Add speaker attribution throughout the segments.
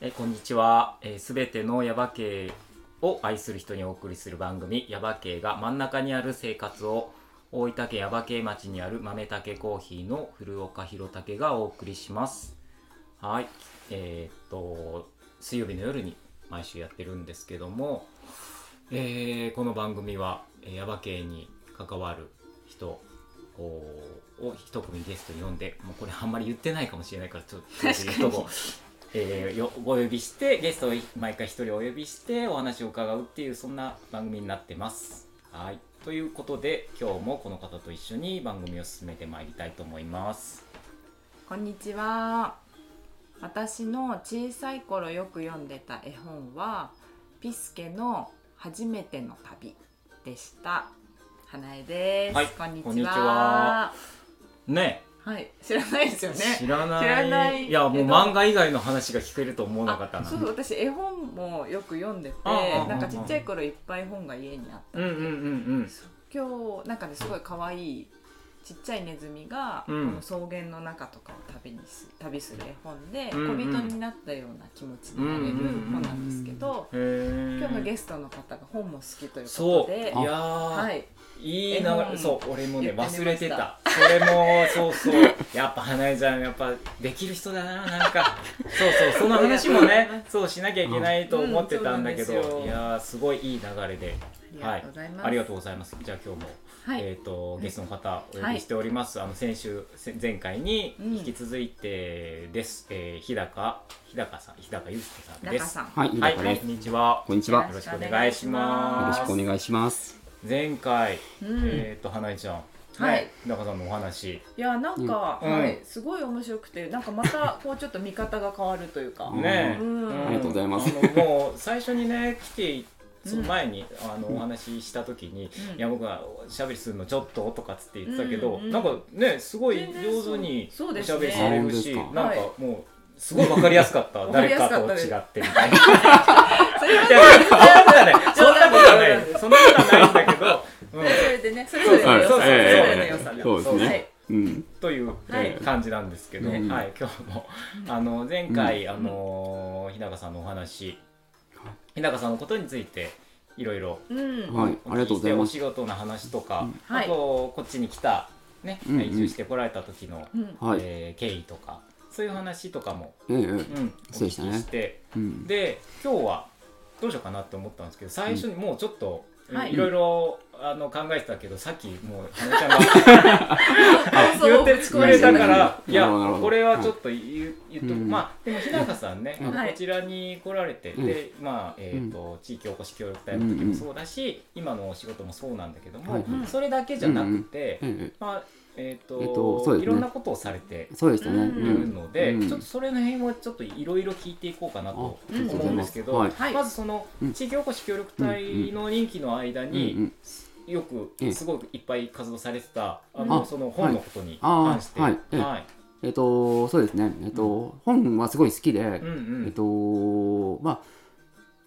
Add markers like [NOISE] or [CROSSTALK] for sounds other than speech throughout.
Speaker 1: はい、こんにちは。す、えー、べ、てのヤバ系を愛する人にお送りする番組、ヤバ系が真ん中にある生活を、大分県ヤバ系町にある豆竹コーヒーの古岡弘武がお送りします。はい、えーっと、水曜日の夜に毎週やってるんですけども、えーこの番組は、えーヤバ系に関わる人、をを一組ゲストに呼んでもうこれあんまり言ってないかもしれないからちょっと
Speaker 2: 確かに
Speaker 1: 言うとこえーよお呼びしてゲストを毎回一人お呼びしてお話を伺うっていうそんな番組になってます。はいということで今日もこの方と一緒に番組を進めてまいりたいと思います。
Speaker 2: こんにちは私の小さい頃よく読んでた絵本はピスケの初めての旅でした花江です、
Speaker 1: はい
Speaker 2: こんにちは
Speaker 1: こんにちはね
Speaker 2: はい知らないですよね
Speaker 1: 知らない
Speaker 2: 知らない
Speaker 1: やもう
Speaker 2: けど
Speaker 1: 漫画以外の話が聞けると思わなかった
Speaker 2: あ
Speaker 1: な。
Speaker 2: そうそう私絵本もよく読んでて
Speaker 1: ああああ
Speaker 2: なんかちっちゃい頃いっぱい本が家にあっ
Speaker 1: うんうんうんうん。
Speaker 2: て今日なんかねすごい可愛いちっちゃいネズミが、
Speaker 1: うん
Speaker 2: この草原の中とかを旅にす旅する絵本で、
Speaker 1: うんうん
Speaker 2: 小人になったような気持ちになれる本なんですけど、
Speaker 1: へー
Speaker 2: 今日のゲストの方が本も好きというこ
Speaker 1: そ
Speaker 2: と
Speaker 1: うい
Speaker 2: で
Speaker 1: や、ー、
Speaker 2: はい、
Speaker 1: いいな
Speaker 2: 絵本
Speaker 1: そう俺もね
Speaker 2: 言ってみました
Speaker 1: 忘れてたそれもそうそう [LAUGHS] やっぱ花江ちゃんやっぱできる人だななん
Speaker 2: [LAUGHS]
Speaker 1: かそうそうその話もねそうしなきゃいけないと思ってたんだけど、
Speaker 2: うんそうなんですよ
Speaker 1: いやーすごいいい流れで
Speaker 2: ありがとうございます。
Speaker 1: ありがとうございますじゃあ今日も、
Speaker 2: はい、
Speaker 1: えっ、とゲストの方お呼びしております、あの先週せ前回に
Speaker 2: うん
Speaker 1: 引き続いてです、えー日高日高さん日高祐介さん
Speaker 2: 中
Speaker 1: です
Speaker 2: さん、
Speaker 3: はい、いい
Speaker 1: は
Speaker 3: で
Speaker 1: い
Speaker 3: す
Speaker 1: こ
Speaker 3: か
Speaker 1: ん
Speaker 3: ね。
Speaker 1: にちは
Speaker 3: こんにちは。
Speaker 2: よ
Speaker 3: よ
Speaker 2: ろ
Speaker 3: ろ
Speaker 2: し
Speaker 3: し
Speaker 2: く
Speaker 3: く
Speaker 2: お願いします
Speaker 3: お願いします。
Speaker 1: 前回
Speaker 2: うん、
Speaker 1: えー、と花江ちゃん、ね
Speaker 2: はい
Speaker 1: 日高さんのお話
Speaker 2: いやなんか、
Speaker 1: うん
Speaker 2: はい、すごい面白くてなんかまたこうちょっと見方が変わるというか、
Speaker 3: うん
Speaker 1: ね、
Speaker 2: うんあ
Speaker 3: りがとうございます
Speaker 1: あのもう最初にね来てその前に、あのお話しした時に、
Speaker 2: うん
Speaker 1: いや僕はおしゃべりするのちょっととかっつって言ってたけど、
Speaker 2: うんうん
Speaker 1: なんかねすごい上手に
Speaker 2: 全然そうそ
Speaker 1: お
Speaker 2: うです
Speaker 1: し
Speaker 2: ね
Speaker 1: ゃべりされるし、
Speaker 3: あ本当ですか
Speaker 1: なんかもうすごいわかりやすかった
Speaker 2: わかり
Speaker 1: 誰
Speaker 2: やすか
Speaker 1: か
Speaker 2: った
Speaker 1: と
Speaker 2: です
Speaker 1: 違ってみたいな。
Speaker 2: それはい
Speaker 1: やそんなことは
Speaker 2: [LAUGHS]
Speaker 1: ないそんなことはないそんなことはないんだけど、うん、
Speaker 2: それでね、それぞれの良さ、
Speaker 1: そうそうそう
Speaker 2: それぞれの
Speaker 3: え
Speaker 2: 良
Speaker 3: え
Speaker 2: さが、
Speaker 3: そうですね
Speaker 2: はい、
Speaker 3: うん、
Speaker 1: という
Speaker 2: はい
Speaker 1: 感じなんですけど、は
Speaker 3: ね
Speaker 1: い、今日もあの前回、あの日高さんのお話、日高さんのことについていろいろ
Speaker 2: うん、
Speaker 3: はい、ありがとうございま
Speaker 1: お
Speaker 3: す。
Speaker 1: 仕事の話とか、
Speaker 3: うん
Speaker 2: はい
Speaker 1: あとこっちに来たね、
Speaker 3: うんうん
Speaker 1: 移住してこられた時の、
Speaker 2: うん、
Speaker 3: はい、え
Speaker 1: えー経緯とかそういう話とかも、
Speaker 3: えええ
Speaker 1: うん、お聞
Speaker 3: そうで
Speaker 1: き
Speaker 3: したね
Speaker 1: して、
Speaker 3: うん、
Speaker 1: で今日はどうしようかなって思ったんですけど最初にもうちょっと、
Speaker 2: うんはい
Speaker 1: いろいろあの考えてたけどさっきもう花ちゃんが言ってくれたから
Speaker 3: うん
Speaker 1: いや
Speaker 3: なるほどなるほど
Speaker 1: これはちょっと言う言っとく
Speaker 3: うん
Speaker 1: まあでも日高さんねあの
Speaker 2: はい
Speaker 1: こちらに来られて
Speaker 3: うん
Speaker 1: でまあえっと地域おこし協力隊の時もそうだし今のお仕事もそうなんだけど
Speaker 3: は
Speaker 1: も
Speaker 3: い
Speaker 2: はい
Speaker 1: それだけじゃなくて
Speaker 3: ええ
Speaker 1: まあえっ
Speaker 3: えっとそ
Speaker 1: と
Speaker 3: うですね
Speaker 1: いろんなことをされて
Speaker 3: えそうでしたね。う
Speaker 2: うん
Speaker 1: いる
Speaker 3: ん、
Speaker 1: ので
Speaker 3: うん
Speaker 1: ちょっとそれの辺はちょっといろいろ聞いていこうかな
Speaker 3: あ、
Speaker 1: と
Speaker 3: あ
Speaker 1: 思
Speaker 3: りがとうご
Speaker 1: う
Speaker 3: ざい
Speaker 1: んで
Speaker 3: ますす。
Speaker 1: けど
Speaker 3: はい、
Speaker 2: はい、
Speaker 1: まずその
Speaker 3: うん
Speaker 1: 地域おこし協力隊の任期の間
Speaker 3: うん、う
Speaker 1: に
Speaker 3: ん、
Speaker 1: よく
Speaker 3: ええ
Speaker 1: すごくいっぱい活動されてたあ
Speaker 2: う
Speaker 1: の
Speaker 3: ん
Speaker 1: その本のことに
Speaker 3: あ
Speaker 1: 関して
Speaker 3: あ、はい、ええ
Speaker 1: はい
Speaker 3: えっと、そうですね。えっと、本はすごい好きで、
Speaker 1: うんう
Speaker 3: えっ
Speaker 1: ん
Speaker 3: と、まあ。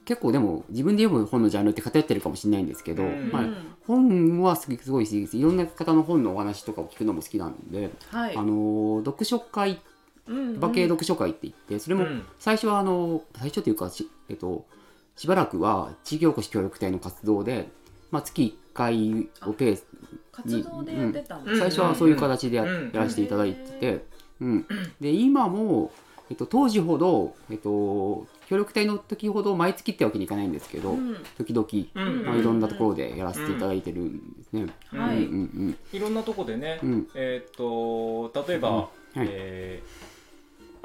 Speaker 3: 結構でも自分で読む本のジャンルって偏ってるかもしれないんですけど、
Speaker 1: うん
Speaker 3: ま
Speaker 2: う
Speaker 3: あ
Speaker 2: ん、
Speaker 3: 本はすごい好きですいろんな方の本のお話とかを聞くのも好きなんで、
Speaker 2: はい
Speaker 3: あ、の読書会
Speaker 2: うん
Speaker 3: 馬系読書会って言ってそれも
Speaker 1: うん
Speaker 3: 最初はあの最初というかし,、えっと、しばらくは地域おこし協力隊の活動で、まあ、月1回をペース
Speaker 2: 活動でやってたんで
Speaker 1: う
Speaker 2: す
Speaker 1: ん
Speaker 2: ね、
Speaker 3: 最初はそういう
Speaker 1: 方
Speaker 3: 形でや,、
Speaker 1: うん
Speaker 3: らせていただいてて、うん、で今も、えっと、当時ほど、えっと、協力隊の時ほど毎月ってわけにいかないんですけど、
Speaker 2: うん、
Speaker 3: 時々、
Speaker 1: うん
Speaker 3: まあ、いろんなところでやらせていただいてるんですね。
Speaker 2: は
Speaker 3: うん
Speaker 2: い、
Speaker 3: うん
Speaker 1: いろんなとこでね、
Speaker 3: うんうん
Speaker 1: えーっと例えば、
Speaker 3: うんはい
Speaker 1: えー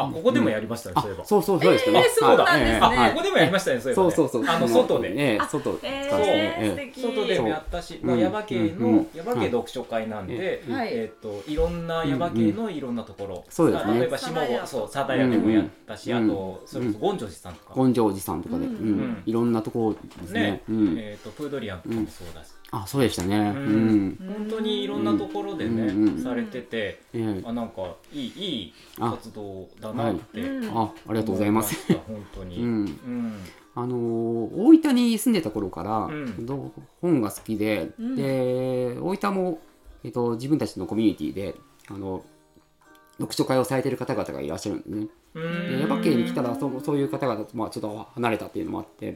Speaker 1: あここでもやりましたね、
Speaker 3: あ
Speaker 1: そういえば
Speaker 3: そうそうそうでしたね。
Speaker 2: えーそう
Speaker 1: なん
Speaker 2: ですね
Speaker 3: あはい
Speaker 1: あここでもやりましたねそういえば
Speaker 3: そう
Speaker 1: ね
Speaker 3: そうそう。
Speaker 1: あの外で、
Speaker 3: ええ外使
Speaker 2: え
Speaker 3: わ
Speaker 2: ー、素
Speaker 3: せてええ
Speaker 2: 敵
Speaker 1: 外でもやったし、
Speaker 3: う
Speaker 1: まあ、ヤバ系
Speaker 3: うんう
Speaker 1: の
Speaker 3: ん
Speaker 1: ヤバ系読書会なんで、
Speaker 2: うんはい
Speaker 1: えーっといろんなヤバ系のいろんなところ、
Speaker 3: そうですね
Speaker 1: 例えば下
Speaker 2: サダヤ
Speaker 1: 郷そうサダヤでもやったし、
Speaker 3: うん
Speaker 1: あとそれこそゴンジョジさんとか、
Speaker 3: 根性おじさんとかで、
Speaker 2: う
Speaker 3: うんん
Speaker 1: うん
Speaker 3: いろんなところですね
Speaker 1: ね
Speaker 3: うん
Speaker 1: えーっとプードリアンとかもそうだし、
Speaker 3: あそうでしたね、うんん
Speaker 1: 本当にいろんなところでね、
Speaker 3: うんうん
Speaker 1: されてて、
Speaker 3: ええ
Speaker 1: あなんかいいいい
Speaker 3: あ
Speaker 1: 活動だなって、
Speaker 2: うん
Speaker 3: あありがとうござ
Speaker 1: 思
Speaker 3: います。
Speaker 1: いました。本当に。
Speaker 3: うん、
Speaker 1: うん。
Speaker 3: あのー大分に住んでた頃から、
Speaker 1: うん
Speaker 3: ど本が好きで、
Speaker 2: うん
Speaker 3: で大分も、えっと、自分たちのコミュニティであの読書会をされてる方々がいらっしゃるんですね。
Speaker 1: う
Speaker 3: で
Speaker 1: ん
Speaker 3: 耶馬渓に来たら
Speaker 4: う
Speaker 3: そそういう方々と、まあ、ちょっと離れたっていうのもあって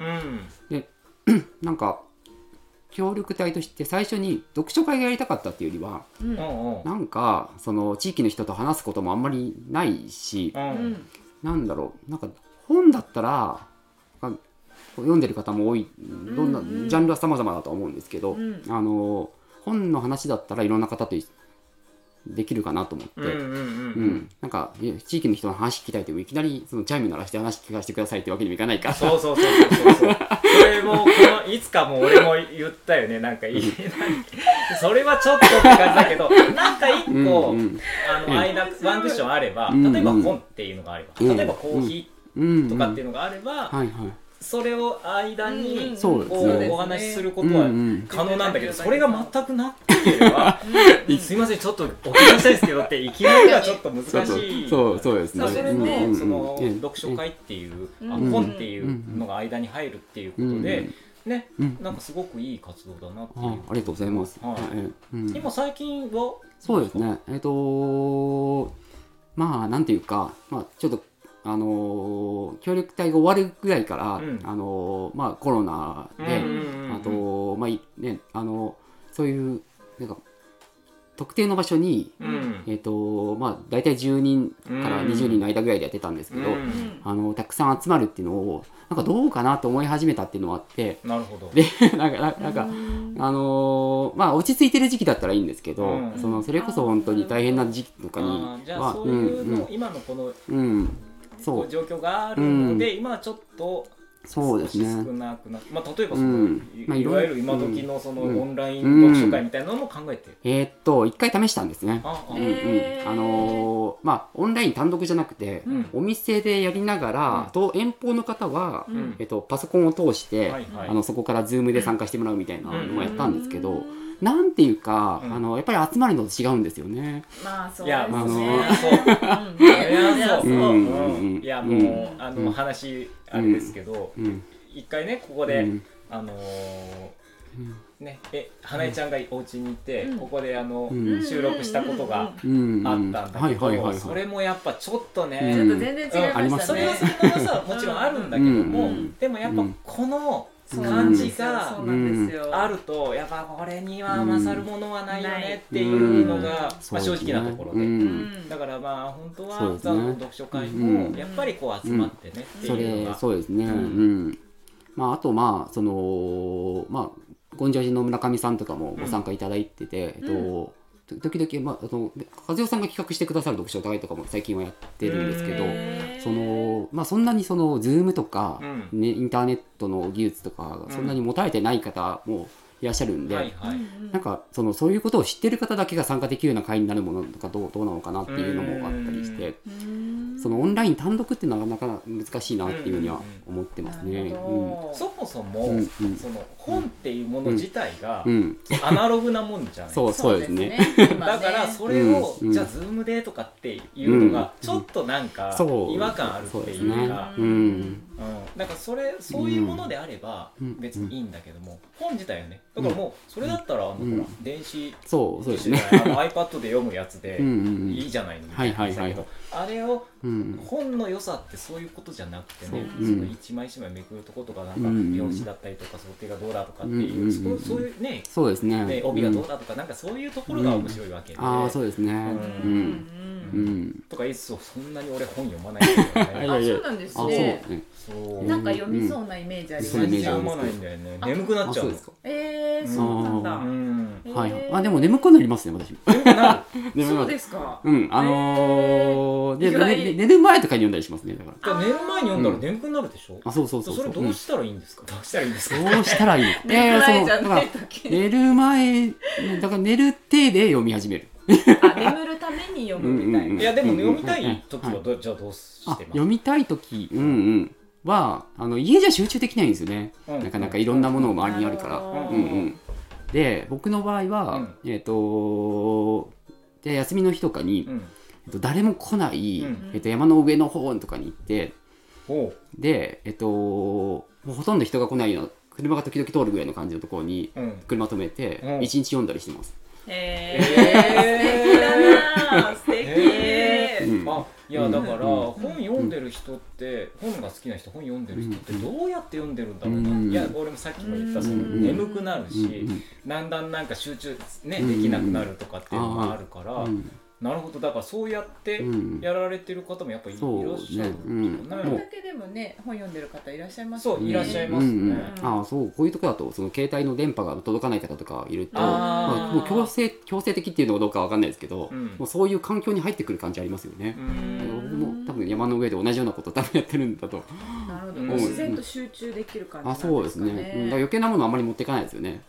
Speaker 1: うん
Speaker 3: なんか協力隊として最初に読書会がやりたかったっていうよりは
Speaker 4: うん
Speaker 1: おうおう
Speaker 3: なんかその地域の人と話すこともあんまりないし
Speaker 1: うん
Speaker 4: うん
Speaker 3: なんだろうなんか本だったらなんかこう読んでる方も多いどんな
Speaker 4: うんうん
Speaker 3: ジャンルは様々だとは思うんですけど、
Speaker 4: うん
Speaker 3: あの本の話だったらいろんな方といできるかなと思って、
Speaker 1: うんうん
Speaker 3: う
Speaker 1: うん
Speaker 3: ん、なんかいや地域の人の話聞きたいといきなりそのチャイム鳴らして話聞かせてくださいってわけにもいかないから
Speaker 1: そうそうそうそうそうそうそれもこのいつかも俺も言ったよねなんかいいなんかそれはちょっとって感じだけどなんか一個、
Speaker 3: うんうん
Speaker 1: あの、
Speaker 3: うん
Speaker 1: 間ワンクッションあれば、
Speaker 3: うん
Speaker 1: 例えば本っていうのがあれば、
Speaker 3: うん
Speaker 1: 例えばコーヒ
Speaker 3: うんう
Speaker 1: ー
Speaker 3: ん
Speaker 1: とかっていうのがあれば、
Speaker 3: はいはい
Speaker 1: それを
Speaker 4: う
Speaker 1: 間
Speaker 4: んう
Speaker 1: に
Speaker 4: ん
Speaker 3: そうです
Speaker 1: こ
Speaker 3: ね
Speaker 1: うお話しすることは
Speaker 3: うんうん
Speaker 1: 可能なんだけど、それが全くなければ、すいませんちょっとお聞きしたいんですけどっていきなりはちょっと難し
Speaker 3: そうそう
Speaker 1: い。
Speaker 3: そうそうですね
Speaker 1: それ
Speaker 3: うんうんう
Speaker 1: で
Speaker 3: ん
Speaker 1: その
Speaker 3: ええ
Speaker 1: 読書会っていう、あ
Speaker 4: うん
Speaker 1: 本っていうのが間に入るっていうことで、ね
Speaker 3: うん
Speaker 1: なんかすごくいい活動だなっていう。
Speaker 3: あありがとうございます、
Speaker 1: はい
Speaker 3: ええうん
Speaker 1: 今最近は
Speaker 3: そうですね。えっ、とまあなんていうか、まあちょっとあのー協力隊が終わるぐらいから、
Speaker 1: うん
Speaker 3: あのーまあコロナ
Speaker 1: う
Speaker 3: で
Speaker 1: ん、うんうん
Speaker 3: あとまあいねあのーそういうなんか特定の場所に
Speaker 1: うん
Speaker 3: えっ、とまあ大体10人から20人の間ぐらいでやってたんですけど、
Speaker 1: うん
Speaker 3: あのたくさん集まるっていうのをなんかどうかなと思い始めたっていうのもあって、 [LAUGHS]
Speaker 1: なるほど。
Speaker 3: でなんかななんか。あのーまあ落ち着いてる時期だったらいいんですけど、
Speaker 1: うん
Speaker 3: そのそれこそ本当に大変な時期とかに
Speaker 1: あーじゃあ
Speaker 3: は
Speaker 1: そう
Speaker 3: う
Speaker 1: いうの、
Speaker 3: ん
Speaker 1: 今のこの
Speaker 3: うんうんそ
Speaker 1: こ
Speaker 3: う
Speaker 1: う状況があるので、今はちょっと
Speaker 3: そうですね
Speaker 1: 少なくなって、まあ、例えばその、
Speaker 3: うん
Speaker 1: い
Speaker 3: まあ
Speaker 1: い
Speaker 3: いろん
Speaker 1: わゆる今時のその、
Speaker 3: うん
Speaker 1: オンライン読書会みたいなのも考えてる、
Speaker 3: えーっと一回試したんですね、
Speaker 1: ああ、
Speaker 3: うんうん
Speaker 4: へー
Speaker 3: あのーまあオンライン単独じゃなくて、
Speaker 1: うん
Speaker 3: お店でやりながら、と遠方の方は、
Speaker 1: うん
Speaker 3: えっと、パソコンを通して、
Speaker 1: はいはい
Speaker 3: あのそこから Zoom で参加してもらうみたいなのをやったんですけど、
Speaker 4: うん
Speaker 3: なんていうか、
Speaker 1: うん
Speaker 3: あのやっぱり集まるのと違うんですよね。
Speaker 4: まあそう
Speaker 1: い
Speaker 4: です
Speaker 1: や
Speaker 4: ね。
Speaker 1: まあ
Speaker 3: あ
Speaker 1: そ
Speaker 3: の
Speaker 1: う
Speaker 3: ー
Speaker 4: うん
Speaker 1: そうそりゃそう、
Speaker 3: うん
Speaker 1: うん
Speaker 3: うん
Speaker 1: いや
Speaker 3: うん
Speaker 1: もう、あの、
Speaker 3: うん
Speaker 1: 話あれですけど、
Speaker 3: うん
Speaker 1: 一回ねここで、
Speaker 3: うん
Speaker 1: あのー
Speaker 3: うん
Speaker 1: ねえ花江ちゃんがお家にいて、
Speaker 4: うん
Speaker 1: ここであの、
Speaker 3: うん
Speaker 1: 収録したことが、
Speaker 3: うん
Speaker 1: あったんだ
Speaker 3: は
Speaker 1: け
Speaker 3: い
Speaker 1: ど、
Speaker 3: はいはいはい、
Speaker 1: それもやっぱちょっとね、
Speaker 3: うん
Speaker 4: ちょっと全然違いまし
Speaker 1: そ
Speaker 4: た
Speaker 1: れは
Speaker 4: ね
Speaker 1: そ。れはさもちろんあるんだけども、
Speaker 3: うん
Speaker 1: でもやっぱこの
Speaker 4: そうな
Speaker 1: 感
Speaker 4: んで
Speaker 1: じ
Speaker 4: すよ
Speaker 1: が
Speaker 4: そうなんですよ。
Speaker 1: あるとやっぱこれには勝るものはないよねっていううんのが、まあ、正直なところで、
Speaker 4: うん
Speaker 1: だからまあ本当は
Speaker 3: そうですね
Speaker 1: ザの読書会も
Speaker 3: うん
Speaker 1: やっぱりこう集まってねって
Speaker 3: そ
Speaker 1: いうの
Speaker 3: れ
Speaker 1: が。
Speaker 3: そうですね、うんまあ、あとまあそのまあゴンジャジの村上さんとかもご参加いただいてて、
Speaker 4: うん
Speaker 3: えっと時々、まあ、あの和代さんが企画してくださる読書会とかも最近はやってるんですけど、
Speaker 1: うん
Speaker 3: そのまあ、そんなにその Zoom とか、
Speaker 1: う
Speaker 3: ね、インターネットの技術とかそんなに持たれてない方もいらっしゃるんで、
Speaker 1: はいはい、
Speaker 3: なんかそのそういうことを知ってる方だけが参加できるような会になるものとかどうどうなのかなっていうのもあったりして。
Speaker 1: うん
Speaker 3: そのオンライン単独っていうのはなかなか難しいなっていうふうには思ってますね。うん
Speaker 1: そもそも、
Speaker 3: うんうん
Speaker 1: その本っていうもの自体が
Speaker 3: うん、
Speaker 1: アナログなもんじゃない
Speaker 3: そうそうですね。。
Speaker 1: だからそれを、
Speaker 3: うん
Speaker 1: じゃあズームでとかっていうのがちょっとなんか
Speaker 3: そう
Speaker 1: 違和感あるって
Speaker 3: そうで
Speaker 1: い
Speaker 3: す
Speaker 1: うか
Speaker 3: ね
Speaker 1: う
Speaker 3: うんん
Speaker 1: ん、なんかそれそういうものであれば
Speaker 3: うん
Speaker 1: 別にいいんだけども、本自体はねだからもうそれだったらあの、
Speaker 3: うん
Speaker 1: ほら電子
Speaker 3: そうそうですね。
Speaker 1: あの iPad で読むやつで
Speaker 3: うん
Speaker 1: いいじゃないのみたな
Speaker 3: はいはいはい
Speaker 1: あれを
Speaker 3: うんうん
Speaker 1: 本の良さってそういうことじゃなくてね、
Speaker 3: そう
Speaker 1: その
Speaker 3: うん
Speaker 1: 一枚一枚めくるとことかなん
Speaker 3: う
Speaker 1: か
Speaker 3: ん
Speaker 1: 表紙だったりとか想定がどうだとかっていう、
Speaker 3: うん
Speaker 1: そこそういうね
Speaker 3: そうですね。
Speaker 1: で帯がどうだとか、なんかそういうところが面白いわけで、
Speaker 3: ああそうですね。う
Speaker 4: うん
Speaker 3: ん
Speaker 4: う
Speaker 3: うんん。
Speaker 1: とかいっそそんなに俺本読まないんだ
Speaker 3: [LAUGHS]
Speaker 1: よね
Speaker 4: あそうなんで
Speaker 3: あ
Speaker 4: す
Speaker 3: そう
Speaker 4: ね。
Speaker 3: ね。
Speaker 1: そう
Speaker 4: なんか読みそうなイメージあります
Speaker 3: そういうイメージあ
Speaker 1: 読
Speaker 3: りま
Speaker 1: ますないんだよね
Speaker 4: あ
Speaker 1: 眠くなっ
Speaker 3: あ
Speaker 1: ちゃ
Speaker 3: そうう
Speaker 1: の
Speaker 3: ですか。
Speaker 4: えー、そうなんだ
Speaker 1: う。ん
Speaker 4: えー
Speaker 3: はい。あでも眠くなりますね私も。
Speaker 1: 眠くなる
Speaker 3: 眠く
Speaker 4: そ
Speaker 3: な
Speaker 4: う
Speaker 3: る
Speaker 4: ですか。
Speaker 3: うんあのー
Speaker 4: えー
Speaker 3: で
Speaker 4: 意外
Speaker 3: 寝寝る前とかに読んだりしますねだから。
Speaker 1: だから寝る前に読んだら眠くなるでしょ、
Speaker 3: あそうそうそう
Speaker 1: それ
Speaker 3: う。
Speaker 1: どうしたらいいんですか、どうしたらいいんですか
Speaker 3: うんどうしたらいいの？え
Speaker 4: 寝る前じゃ
Speaker 3: だ
Speaker 4: な
Speaker 3: から
Speaker 4: い時に。
Speaker 3: 寝る前だから寝る手で読み始める。
Speaker 4: あ眠るために読むみたい
Speaker 3: うん
Speaker 1: い
Speaker 4: な。
Speaker 1: やでも読みたい時
Speaker 3: うん
Speaker 1: は
Speaker 3: う
Speaker 1: どじゃあどうして
Speaker 3: あ
Speaker 1: ます
Speaker 3: 読みたい時、うんうん、はあの家じゃ集中できないんですよね、
Speaker 1: うん
Speaker 3: なかなかいろんなものを周りにあるか
Speaker 4: な
Speaker 3: ら、
Speaker 4: るほ
Speaker 3: う
Speaker 4: ど
Speaker 3: んうん、で僕の場合は、えっ、とで休みの日とかに、
Speaker 1: うん
Speaker 3: えっと誰も来ない、
Speaker 1: うん
Speaker 3: えっと山の上の方とかに行って
Speaker 1: おう
Speaker 3: でえっ、ともうほとんど人が来ないような車が時々通るぐらいの感じのところに
Speaker 1: うん
Speaker 3: 車止め
Speaker 1: う
Speaker 3: て
Speaker 1: ん
Speaker 3: 一日読んだりしてます、
Speaker 4: えー、素敵だなー素敵、
Speaker 1: え
Speaker 4: で、
Speaker 3: うん
Speaker 1: あいや
Speaker 3: うん
Speaker 1: だから
Speaker 3: うん
Speaker 1: 本読んでる人って本が好きな人本読んでる人ってどうやって読んでるんだろう
Speaker 3: う
Speaker 1: なんいや俺もさっきも言ったその
Speaker 3: うん
Speaker 1: 眠くなるしだんだんなんか集中ねできなくなるとかっていうのがあるからなるほどだからそうやってやられてる方もやっぱいいらっしゃるんだ
Speaker 4: こ
Speaker 1: よ
Speaker 4: れ
Speaker 1: ね
Speaker 4: だけでもね本読んでる方いらっしゃいます
Speaker 1: そ
Speaker 4: よ
Speaker 1: う
Speaker 4: ね
Speaker 1: いらっしゃいますね
Speaker 3: うんうんああそうこういうとこだとその携帯の電波が届かない方とかいると
Speaker 1: あー
Speaker 3: まあ、もう強制強制的っていうのかどうかわかんないですけど、
Speaker 1: うん
Speaker 3: もうそういう環境に入ってくる感じありますよね
Speaker 1: う。
Speaker 3: あの
Speaker 1: ん
Speaker 3: 僕も多分山の上で同じようなこと多分やってるんだと。
Speaker 4: なるほど、
Speaker 1: うん
Speaker 4: もう自然と集中できる感じ
Speaker 3: あ
Speaker 4: な
Speaker 3: そ
Speaker 4: ん
Speaker 3: う
Speaker 4: で
Speaker 3: ですす
Speaker 4: か
Speaker 3: ね。うんだから
Speaker 4: ね
Speaker 3: 余計なものはあまり持ってかないですよね。
Speaker 4: うん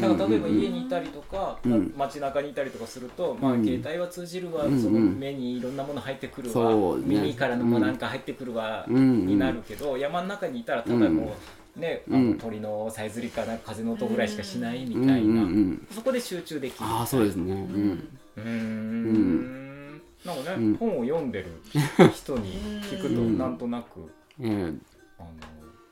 Speaker 1: だから例えば
Speaker 3: うんうんうん
Speaker 1: 家にいたりとか、
Speaker 3: うん
Speaker 1: ま街中にいたりとかすると、
Speaker 3: ん
Speaker 1: まあ、携帯は通じるわ、
Speaker 3: うんうん
Speaker 1: その目にいろんなもの入ってくるわ、
Speaker 3: そうね
Speaker 1: 耳からのもなんか入ってくるわ、
Speaker 3: うんうん
Speaker 1: になるけど山の中にいたらただもう、ねあ
Speaker 3: う
Speaker 1: の
Speaker 3: ん
Speaker 1: 鳥のさえずりかなんか風の音ぐらいしかしないみ
Speaker 3: うんう
Speaker 1: たいな、
Speaker 3: んうん。
Speaker 1: そこで集中できる
Speaker 3: ああそうですね。うん。
Speaker 1: うーん
Speaker 3: ん
Speaker 1: なんかね、
Speaker 3: うん
Speaker 1: 本を読んでる人に聞くと
Speaker 3: うん
Speaker 1: なんとなく
Speaker 3: ええうん
Speaker 1: あの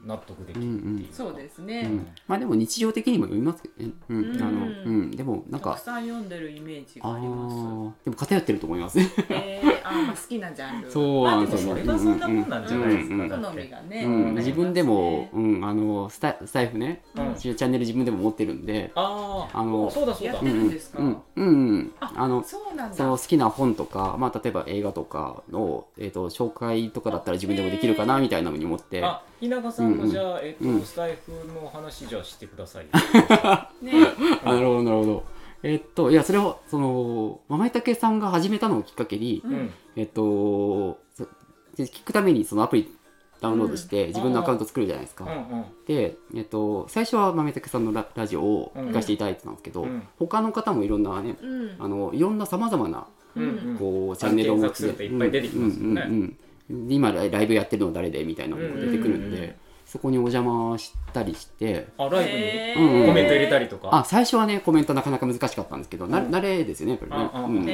Speaker 1: 納得できるっていうか
Speaker 4: そうですね、
Speaker 3: うん。まあでも日常的にも読みますけどね。うん。
Speaker 4: うん
Speaker 3: あのうんでもなん
Speaker 4: た
Speaker 3: か
Speaker 4: くさん読んでるイメージ
Speaker 3: あ
Speaker 4: が
Speaker 3: あ
Speaker 4: ありま
Speaker 3: ーでも偏ってると思います。
Speaker 4: す。えー、あーまあ好きなジャンル。
Speaker 3: そう
Speaker 1: ま
Speaker 3: な
Speaker 1: あで
Speaker 3: んで
Speaker 1: も
Speaker 3: す
Speaker 1: そ
Speaker 3: よ
Speaker 1: れ
Speaker 3: ね。
Speaker 1: がそんなもんなんじゃないですか、
Speaker 3: うんうん
Speaker 1: だ
Speaker 4: 好
Speaker 1: っ
Speaker 4: み
Speaker 1: て
Speaker 4: がね、
Speaker 3: うん
Speaker 4: ありますね
Speaker 3: 自分でもうんあのスタスタイフね
Speaker 1: うん
Speaker 3: チャンネル自分でも持ってるんで。
Speaker 1: ああ
Speaker 3: あの
Speaker 1: そうだそうだ
Speaker 4: やってるんですか。
Speaker 3: うんうんうん、
Speaker 4: あ
Speaker 3: あの
Speaker 4: そうなんだ。
Speaker 3: その好きな本とか、まあ、例えば映画とかの、えー、と紹介とかだったら自分でもできるかなみたいなのに思って、
Speaker 1: あ、稲賀さん
Speaker 3: うん
Speaker 1: も
Speaker 3: うん
Speaker 1: じゃあ、えっ
Speaker 3: う
Speaker 1: と、
Speaker 3: ん
Speaker 1: スタイフの話じゃあしてくださいよ。
Speaker 4: ね、
Speaker 3: あ [LAUGHS] なるほどなるほどえっといやそれをそのまめたけさんが始めたのをきっかけに、
Speaker 4: う
Speaker 1: うんん。
Speaker 3: えっとそで聞くためにそのアプリダウンロードして自分のアカウント作るじゃないですか、
Speaker 1: うんうん。
Speaker 3: で、えっと、最初はまめたけさんのララジオを聞かせていただいてたんですけど、
Speaker 1: うん
Speaker 3: 他の方もいろんなね
Speaker 4: うん
Speaker 3: あのいろんなさまざまな
Speaker 1: うんうん。
Speaker 3: こうチャンネルを持
Speaker 1: 検索
Speaker 3: つ
Speaker 1: するといっぱい出てきますよね
Speaker 3: うんうんうんで今ライライブやってるの誰でみたいなのも出てくるんで、
Speaker 1: うんうんうん
Speaker 3: そこにお邪魔したりして
Speaker 1: あ、ライ
Speaker 3: ブに
Speaker 1: ブ
Speaker 3: う
Speaker 1: に
Speaker 3: ん
Speaker 1: コメント入れた
Speaker 4: り。
Speaker 1: りとか。
Speaker 3: あ最初はねコメントなかなか難しかったんですけど、な
Speaker 1: うん
Speaker 3: 慣れですよねやっぱりね
Speaker 1: ああ
Speaker 3: うんうんうん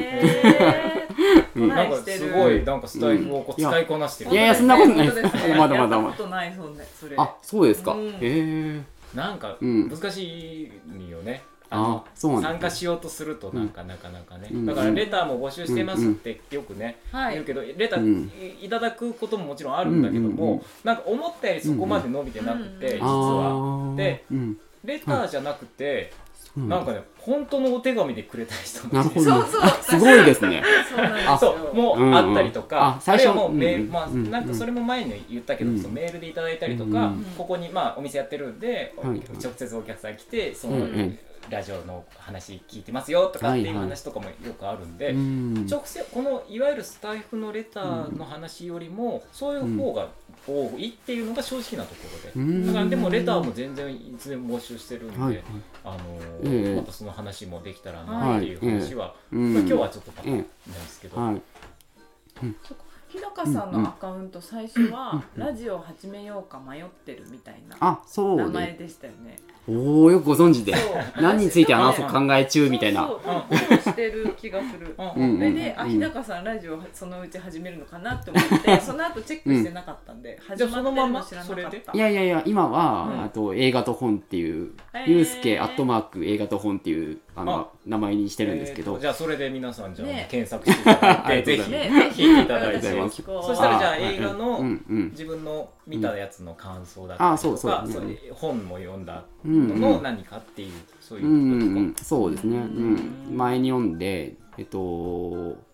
Speaker 4: えー
Speaker 3: うん
Speaker 4: ト
Speaker 1: な
Speaker 4: ラ
Speaker 1: ん
Speaker 4: イ
Speaker 1: か
Speaker 4: して
Speaker 1: す
Speaker 4: る
Speaker 1: ごい、なんかスタイフをこう
Speaker 3: うん
Speaker 1: 使いこなして
Speaker 3: いやい
Speaker 1: る。
Speaker 3: やそんなことないです
Speaker 4: 本当ですね
Speaker 3: まだまだまだ
Speaker 4: やったことないそんなそれ。
Speaker 3: あそうですか、
Speaker 4: うん
Speaker 3: へえ
Speaker 1: なんか
Speaker 3: うん
Speaker 1: 難しいよね。あ
Speaker 3: あ
Speaker 1: の
Speaker 3: そうなん
Speaker 1: 参
Speaker 3: だ
Speaker 1: 加しようとするとなんかなかなかね
Speaker 3: うん
Speaker 1: だからレターも募集してますってよくね
Speaker 4: は
Speaker 1: 言。
Speaker 4: いう
Speaker 1: けどレタ
Speaker 3: う
Speaker 1: ーいただくことももちろんあるんだけど
Speaker 3: うんうんう
Speaker 1: も
Speaker 3: ん
Speaker 1: なんか思ったよりそこまで伸びてなくて
Speaker 4: うん
Speaker 1: 実
Speaker 3: あ
Speaker 1: は
Speaker 3: ー
Speaker 1: で
Speaker 3: うん
Speaker 1: レターじゃなくて
Speaker 3: うん
Speaker 1: なんかね、本当のお手紙でくれた人
Speaker 3: な
Speaker 1: も
Speaker 3: る
Speaker 1: いる
Speaker 3: ほど
Speaker 4: そうそう
Speaker 3: あすごいですね
Speaker 4: そうなんですよ
Speaker 3: あ
Speaker 1: [LAUGHS] そう、も
Speaker 3: うんう
Speaker 1: うんあったりとか、
Speaker 3: あ最初
Speaker 1: あるいはもうメール、
Speaker 3: うん
Speaker 1: まあ、
Speaker 3: うん
Speaker 1: なんかそれも前に言ったけど、
Speaker 3: うん
Speaker 1: そのメールでいただいたりと
Speaker 3: う
Speaker 1: か、
Speaker 3: ん
Speaker 1: ここにまあお店やってるんで、
Speaker 3: はい
Speaker 1: 直接お客さん来て、その、
Speaker 3: うんうん
Speaker 1: ラジオの話聞いてますよとかってい
Speaker 3: は
Speaker 1: う
Speaker 3: いはい
Speaker 1: 話とかもよくあるんで、
Speaker 3: うん
Speaker 1: 直接このいわゆるスタイフのレターの話よりもそういう方が多いっていうのが正直なとこ
Speaker 3: う
Speaker 1: ろで、
Speaker 3: ん
Speaker 1: だからでもレターも全然いつでも募集してるんで、
Speaker 3: はいはい
Speaker 1: あの
Speaker 3: ええ
Speaker 1: またその話もできたらなっていう話は、
Speaker 3: うん
Speaker 1: まあ、今日はちょっとまた
Speaker 3: え
Speaker 1: な
Speaker 3: え
Speaker 1: んですけど、
Speaker 3: はい
Speaker 4: そこ日高さんのアカウント最初はラジオ始めようか迷ってるみたいな
Speaker 3: あそ
Speaker 4: 名
Speaker 3: う
Speaker 4: 前
Speaker 3: ね
Speaker 4: でしたよね。
Speaker 3: おおよくご存知で
Speaker 4: そう
Speaker 3: 何について話そう考え中みたいな
Speaker 4: そうそうフォローしてる気がする。
Speaker 1: うん
Speaker 3: うん
Speaker 4: それで、あ
Speaker 3: うん
Speaker 4: 日高さんラジオそのうち始めるのかなって思って、その後チェックしてなかったんで、始まってるの知らなか
Speaker 1: じゃあそのまんまそれ
Speaker 4: っ
Speaker 1: で
Speaker 4: た。
Speaker 3: いやいやいや、今は、
Speaker 1: うん
Speaker 3: あと映画と本っていう、
Speaker 4: へー
Speaker 3: ゆうすけアットマーク映画と本っていうあの名前にしてるんですけ
Speaker 1: えー
Speaker 3: ど、
Speaker 1: とじゃあそれで皆さんじゃあ
Speaker 4: ね
Speaker 1: 検索していただいて、
Speaker 3: [LAUGHS] ありがとうござ
Speaker 1: ぜ
Speaker 4: ね、
Speaker 1: ひ聞いていただい
Speaker 3: ありがと
Speaker 1: て
Speaker 3: うございます
Speaker 1: そ
Speaker 4: そ
Speaker 1: し
Speaker 4: したた
Speaker 1: ら
Speaker 4: ら
Speaker 1: じ
Speaker 4: じ
Speaker 1: ゃ
Speaker 4: ゃ
Speaker 1: あ映画の
Speaker 3: うんうん
Speaker 1: 自分の見たやつの感想だったり
Speaker 3: あ
Speaker 1: と
Speaker 3: そう
Speaker 1: か、
Speaker 3: そううん
Speaker 1: そう本も読んだ
Speaker 3: うん
Speaker 1: の
Speaker 3: うん
Speaker 1: の何かっていうそういううん
Speaker 3: うん
Speaker 1: 時
Speaker 3: うんそうですね、う
Speaker 1: うん
Speaker 3: ん、前に読んで、えっと、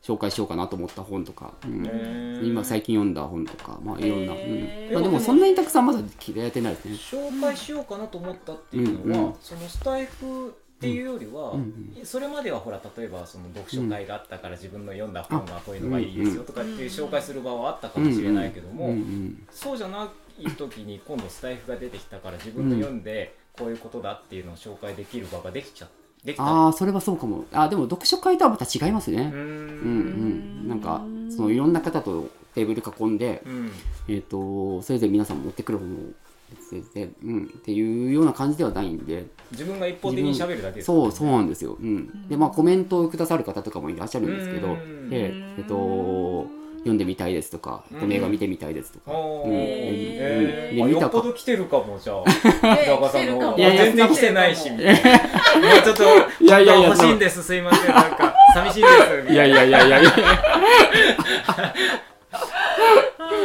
Speaker 3: 紹介しようかなと思った本とか、うん
Speaker 1: へー
Speaker 3: 今最近読んだ本とか、まあ、いろんな、
Speaker 4: へー
Speaker 3: うんまあ、でもそんなにたくさんまだ出会えてないですね。
Speaker 1: 紹介しようかなと思ったっていうのは、
Speaker 3: うんうん
Speaker 1: そのスタイフっていうよりは、
Speaker 3: うん
Speaker 1: それまではほら例えばその読書会があったから自分の読んだ本はこういうのがいいですよとかっていう紹介する場はあったかもしれないけども、
Speaker 3: うんうん
Speaker 1: そうじゃない時に今度スタイフが出てきたから自分の読んでこういうことだっていうのを紹介できる場ができちゃできた
Speaker 3: ああ、それはそうかも。あーでも読書会とはまた違います
Speaker 1: う
Speaker 3: ね
Speaker 1: ー。
Speaker 3: うんうんん。なんか、そのいろんな方とテーブル囲んで、
Speaker 1: うん
Speaker 3: えー、とそれぞれ皆さん持ってくる本を出てて、うん、っていうような感じではないんで
Speaker 1: 自分が一方的に喋るだけです
Speaker 3: そうそうなんですよ、うん、でまあコメントをくださる方とかもいらっしゃるんですけ
Speaker 1: う
Speaker 3: ど
Speaker 1: ん
Speaker 3: で、えっと読んでみたいですとか、
Speaker 1: うん
Speaker 3: この映画見てみたいですとか、
Speaker 1: おー
Speaker 3: うん
Speaker 1: えー、
Speaker 3: うんで
Speaker 1: あ
Speaker 3: 見
Speaker 1: よ
Speaker 3: た
Speaker 1: っ
Speaker 3: か
Speaker 1: ぽど来てるかもじゃあ
Speaker 4: ね
Speaker 1: 平川さんの
Speaker 4: 来てる
Speaker 1: 方が
Speaker 4: かも
Speaker 3: いやいや
Speaker 1: 全然来てないしみたいなもうちょっと
Speaker 3: いやいやいや
Speaker 1: ちょっと欲しいんですすいませんなんか寂しいです
Speaker 3: いやいやいやいやいや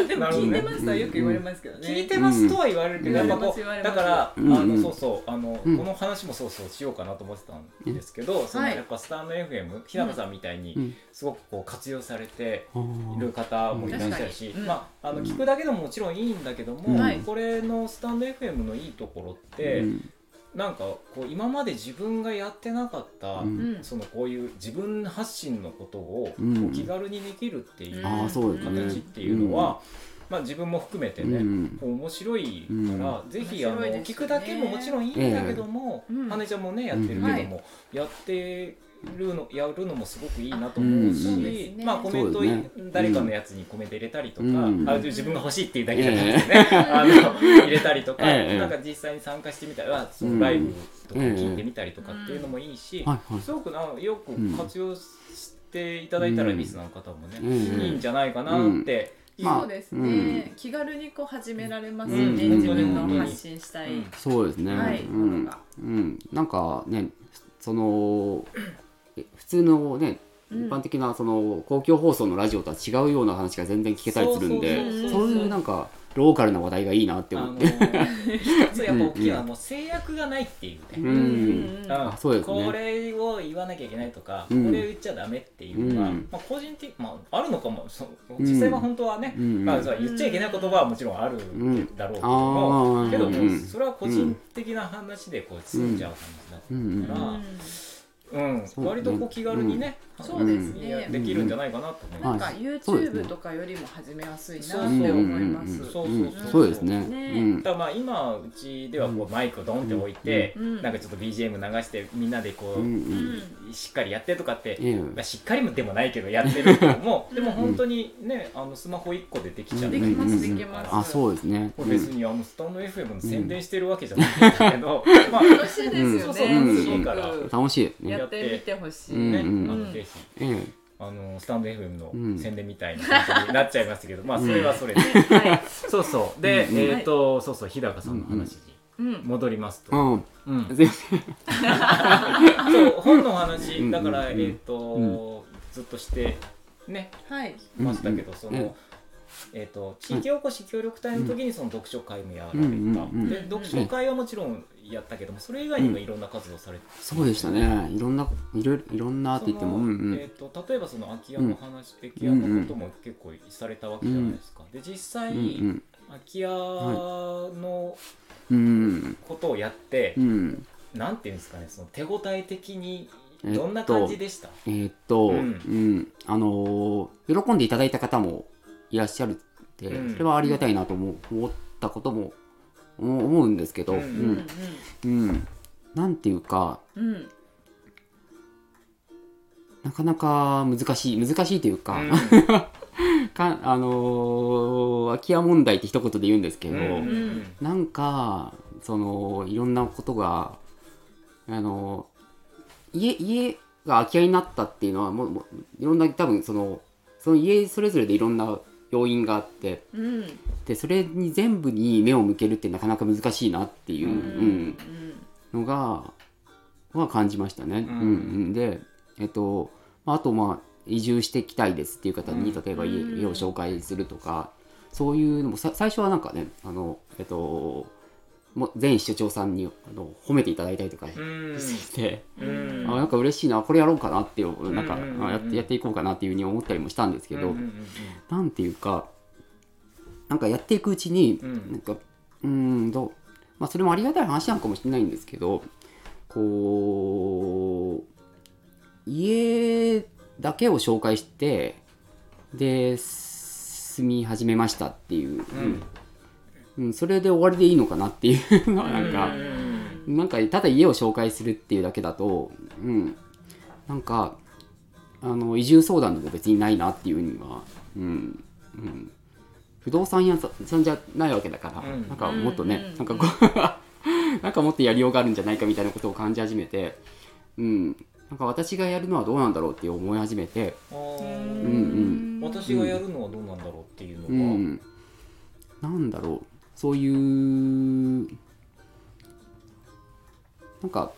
Speaker 2: でも
Speaker 1: なるほど
Speaker 2: 聞い
Speaker 1: ね
Speaker 2: てましたよく言われますけどね。
Speaker 1: 聞いてますとは言われるけど、
Speaker 2: うん
Speaker 1: やっぱこ
Speaker 2: 言われ
Speaker 1: う
Speaker 2: ま
Speaker 1: だ
Speaker 2: す
Speaker 1: から、
Speaker 3: 言わ
Speaker 1: あ
Speaker 3: れます
Speaker 1: のそうそうあの、
Speaker 3: うん
Speaker 1: この話もそうそうしようかなと思ってたんですけど、その
Speaker 2: はい
Speaker 1: やっぱスタンド FM 日高さんみたいに
Speaker 3: [LAUGHS] うん
Speaker 1: すごくこう活用されて
Speaker 3: あ
Speaker 1: いる
Speaker 3: ー
Speaker 1: 方もいらっしゃるし、
Speaker 2: うん確かにうん
Speaker 1: まああの聞くだけでももちろんいいんだけども、
Speaker 3: うん
Speaker 1: これのスタンド FM のいいところって、
Speaker 3: うん
Speaker 1: なんかこう今まで自分がやってなかった、
Speaker 3: うん
Speaker 2: うん
Speaker 1: そのこういう自分発信のことを
Speaker 3: うん
Speaker 1: こう気軽にできるっていう
Speaker 3: あーそうですね
Speaker 1: 形っていうのは、まあ、自分も含めてね、
Speaker 3: うん
Speaker 1: こう面白いから、ぜひあの、
Speaker 2: 面白いです
Speaker 1: 聞
Speaker 2: ね
Speaker 1: くだけももちろんいいんだけども、
Speaker 2: ええうん
Speaker 1: 羽根ちゃんもねやってるけども、
Speaker 2: うんは
Speaker 1: やってるのやるのもすごくいいなと思うし、
Speaker 3: あうんそう
Speaker 2: ですね
Speaker 1: まあコメント、
Speaker 3: そうですね
Speaker 1: 誰かのやつにコメント入れたりとか、
Speaker 3: うん
Speaker 1: あ自分が欲しいっていうだけじゃなくてね、あの入れたりとか、
Speaker 3: え [LAUGHS] え
Speaker 1: なんか実際に参加してみたらそのライブとか聞いてみたりとかっていうのもいいし、
Speaker 3: はいはい
Speaker 1: すごくあのよく活用していただいたら
Speaker 3: うん
Speaker 1: リスナーの方もね、
Speaker 3: うん
Speaker 1: いいんじゃないかなって、
Speaker 3: うんまあ
Speaker 2: そうですね、気軽にこう始められますよね、
Speaker 1: うん
Speaker 2: 自分
Speaker 3: 本当に
Speaker 2: の発信したい、
Speaker 1: うん
Speaker 3: そうですね、
Speaker 2: はい
Speaker 3: うんうん、なんかねそのえ普通のね一
Speaker 2: うん
Speaker 3: 般的なその公共放送のラジオとは違うような話が全然聞けたりするん
Speaker 2: そ
Speaker 3: で
Speaker 2: うそう
Speaker 3: そ
Speaker 2: そうう
Speaker 3: いうなんかローカルな話題がいいなって
Speaker 1: あ
Speaker 3: 思っ
Speaker 1: の
Speaker 3: て。
Speaker 1: 一つやっぱ大きいのはもう制約がないっていうね、
Speaker 3: う
Speaker 2: う
Speaker 3: ん
Speaker 2: ん
Speaker 1: うん
Speaker 3: あそうですね
Speaker 1: これを言わなきゃいけないとか、
Speaker 3: うん
Speaker 1: これを言っちゃダメっていうのは、
Speaker 3: うん
Speaker 1: まあ、個人的、まあ、あるのかもそ実際は本当はね、
Speaker 3: うん
Speaker 1: まあ、そう言っちゃいけない言葉はもちろんあるだろうけども、
Speaker 3: ああ
Speaker 1: けど
Speaker 3: うん
Speaker 1: も
Speaker 3: う
Speaker 1: うんそれは個人的な話でこう済んじゃう話だから、
Speaker 2: うん
Speaker 1: うん
Speaker 3: うね
Speaker 1: 割とこう気軽にね、
Speaker 2: うん
Speaker 1: あ
Speaker 2: そ
Speaker 1: の
Speaker 2: う
Speaker 3: です
Speaker 2: ね
Speaker 1: いやできるんじゃないかなと思い
Speaker 2: な
Speaker 1: ま
Speaker 2: ん
Speaker 1: す。
Speaker 2: か
Speaker 3: はいそうですね
Speaker 2: YouTube とかよりも始めやすいなって
Speaker 1: そう
Speaker 2: 思います。
Speaker 3: うん
Speaker 1: そううそ
Speaker 3: ん
Speaker 1: うそう
Speaker 3: そうですね。
Speaker 2: ね
Speaker 3: うん
Speaker 1: ただまあ今うちではこうマイクをドンって置いて、
Speaker 2: うん
Speaker 1: なんかちょっと BGM 流してみんなでこ
Speaker 3: う
Speaker 1: う、
Speaker 3: ん
Speaker 2: う
Speaker 3: うん
Speaker 2: ん
Speaker 1: しっかりやってとかって、
Speaker 3: え
Speaker 1: まあ、しっかりもでもないけどやってるけどもでも本当にねあのスマホ1個でできちゃう
Speaker 2: でき
Speaker 1: こ
Speaker 2: ます
Speaker 3: うんうん
Speaker 2: できます
Speaker 3: あそうですね。
Speaker 1: れ別
Speaker 3: うん
Speaker 1: にあのスタンド FM の宣伝してるわけじゃないんだけど、まあ
Speaker 2: 楽しいですよね、
Speaker 1: そう
Speaker 3: そううん
Speaker 2: すごく
Speaker 1: うんう
Speaker 3: 楽しいですね。
Speaker 2: やってみてほしい、
Speaker 3: うん
Speaker 1: ね、あ
Speaker 3: うん
Speaker 1: のぜひ
Speaker 3: ええ
Speaker 1: あのスタンド FM の
Speaker 3: うん
Speaker 1: 宣伝みたいな感じになっちゃいましたけど、まあそれはそれで、
Speaker 2: はい、
Speaker 1: そうそうで、
Speaker 3: うん
Speaker 1: えっ、とそうそう日高さんの話に
Speaker 2: うん、
Speaker 1: 戻りますと、
Speaker 3: うん
Speaker 1: うん
Speaker 3: 全然
Speaker 1: そう本の
Speaker 3: う
Speaker 1: 話
Speaker 3: ん
Speaker 1: だから、
Speaker 3: うん
Speaker 1: えっ、と、ずっとしてね
Speaker 2: はい、
Speaker 1: ましたけど、
Speaker 3: うん
Speaker 1: そ
Speaker 3: うん
Speaker 1: の、えー、と地域おこし協力隊の時にその読書会もやられた、
Speaker 3: うんうん
Speaker 1: で
Speaker 2: うん
Speaker 1: 読書会はもちろんやったけどもそれ以外にもいろんな活動されて、
Speaker 3: そうでしたね。いろんないろいろいろんなって言っても
Speaker 1: その
Speaker 3: うんうん
Speaker 1: えー、と例えばその空き家の話、空き家のことも結構されたわけじゃないですか、で実際、
Speaker 3: うんうん
Speaker 1: 空き家の
Speaker 3: うん
Speaker 1: ことをやって
Speaker 3: う、ん。
Speaker 1: なんていうんですかねその手応え的に
Speaker 3: えっと
Speaker 1: どんな感じでした、
Speaker 3: えーっと、う
Speaker 1: うんん
Speaker 3: あのー喜んでいただいた方もいらっしゃるって、
Speaker 1: うん
Speaker 3: それはありがたいなと思思ったことも思思うんですけど、う
Speaker 1: うん
Speaker 2: うん
Speaker 3: んうんなんていうか
Speaker 2: うんうん
Speaker 3: なかなか難しい難しいというか,、
Speaker 1: うん
Speaker 3: かあのー空き家問題って一言で言うんですけど、
Speaker 1: うんうん
Speaker 3: なんかそのいろんなことがあの家家が空き家になったっていうのはもうもういろんな多分そのその家それぞれでいろんな要因があって
Speaker 2: うん
Speaker 3: でそれに全部に目を向けるってなかなか難しいなっていう、
Speaker 1: う
Speaker 3: うんのがは感じましたね。
Speaker 1: うん
Speaker 3: うんうんでえっとまああとまあ移住してきたいですっていう方に
Speaker 1: うん
Speaker 3: 例えば家,、
Speaker 2: うん
Speaker 3: 家を紹介するとかそういうのもさ最初はなんかねあのえっともう前市長さんにあの褒めていただいたりとか
Speaker 1: うん
Speaker 3: して、
Speaker 1: うん
Speaker 3: あなんか嬉しいなこれやろうかなっていうなんか、
Speaker 1: うんうんうんうん
Speaker 3: あやってやっていこうかなっていうふうに思ったりもしたんですけど、
Speaker 1: うんうんうん
Speaker 3: なんていうかなんかやっていくうちに、
Speaker 1: うん
Speaker 3: なんかうーんどう、まあ、それもありがたい話なのかもしれないんですけどこう家だけを紹介してで住み始めましたっていう、
Speaker 1: うん
Speaker 3: うんそれで終わりでいいのかなっていうのはなんか。
Speaker 1: うんうん
Speaker 3: なんかただ家を紹介するっていうだけだと、うん、なんかあの移住相談でも別にないなっていうには、うんうん、不動産屋さんじゃないわけだから、
Speaker 1: うん
Speaker 3: なんかもっとね、
Speaker 2: うん
Speaker 3: なんかこう [LAUGHS] なんかもっとやりようがあるんじゃないかみたいなことを感じ始めて、うん、なんか私がやるのはどうなんだろうって思い始めて、
Speaker 1: あ
Speaker 3: うんう
Speaker 1: ー
Speaker 3: ん
Speaker 1: 私がやるのはどうなんだろうっていうの
Speaker 3: う
Speaker 1: が、
Speaker 3: ん、なんだろうそういうなんか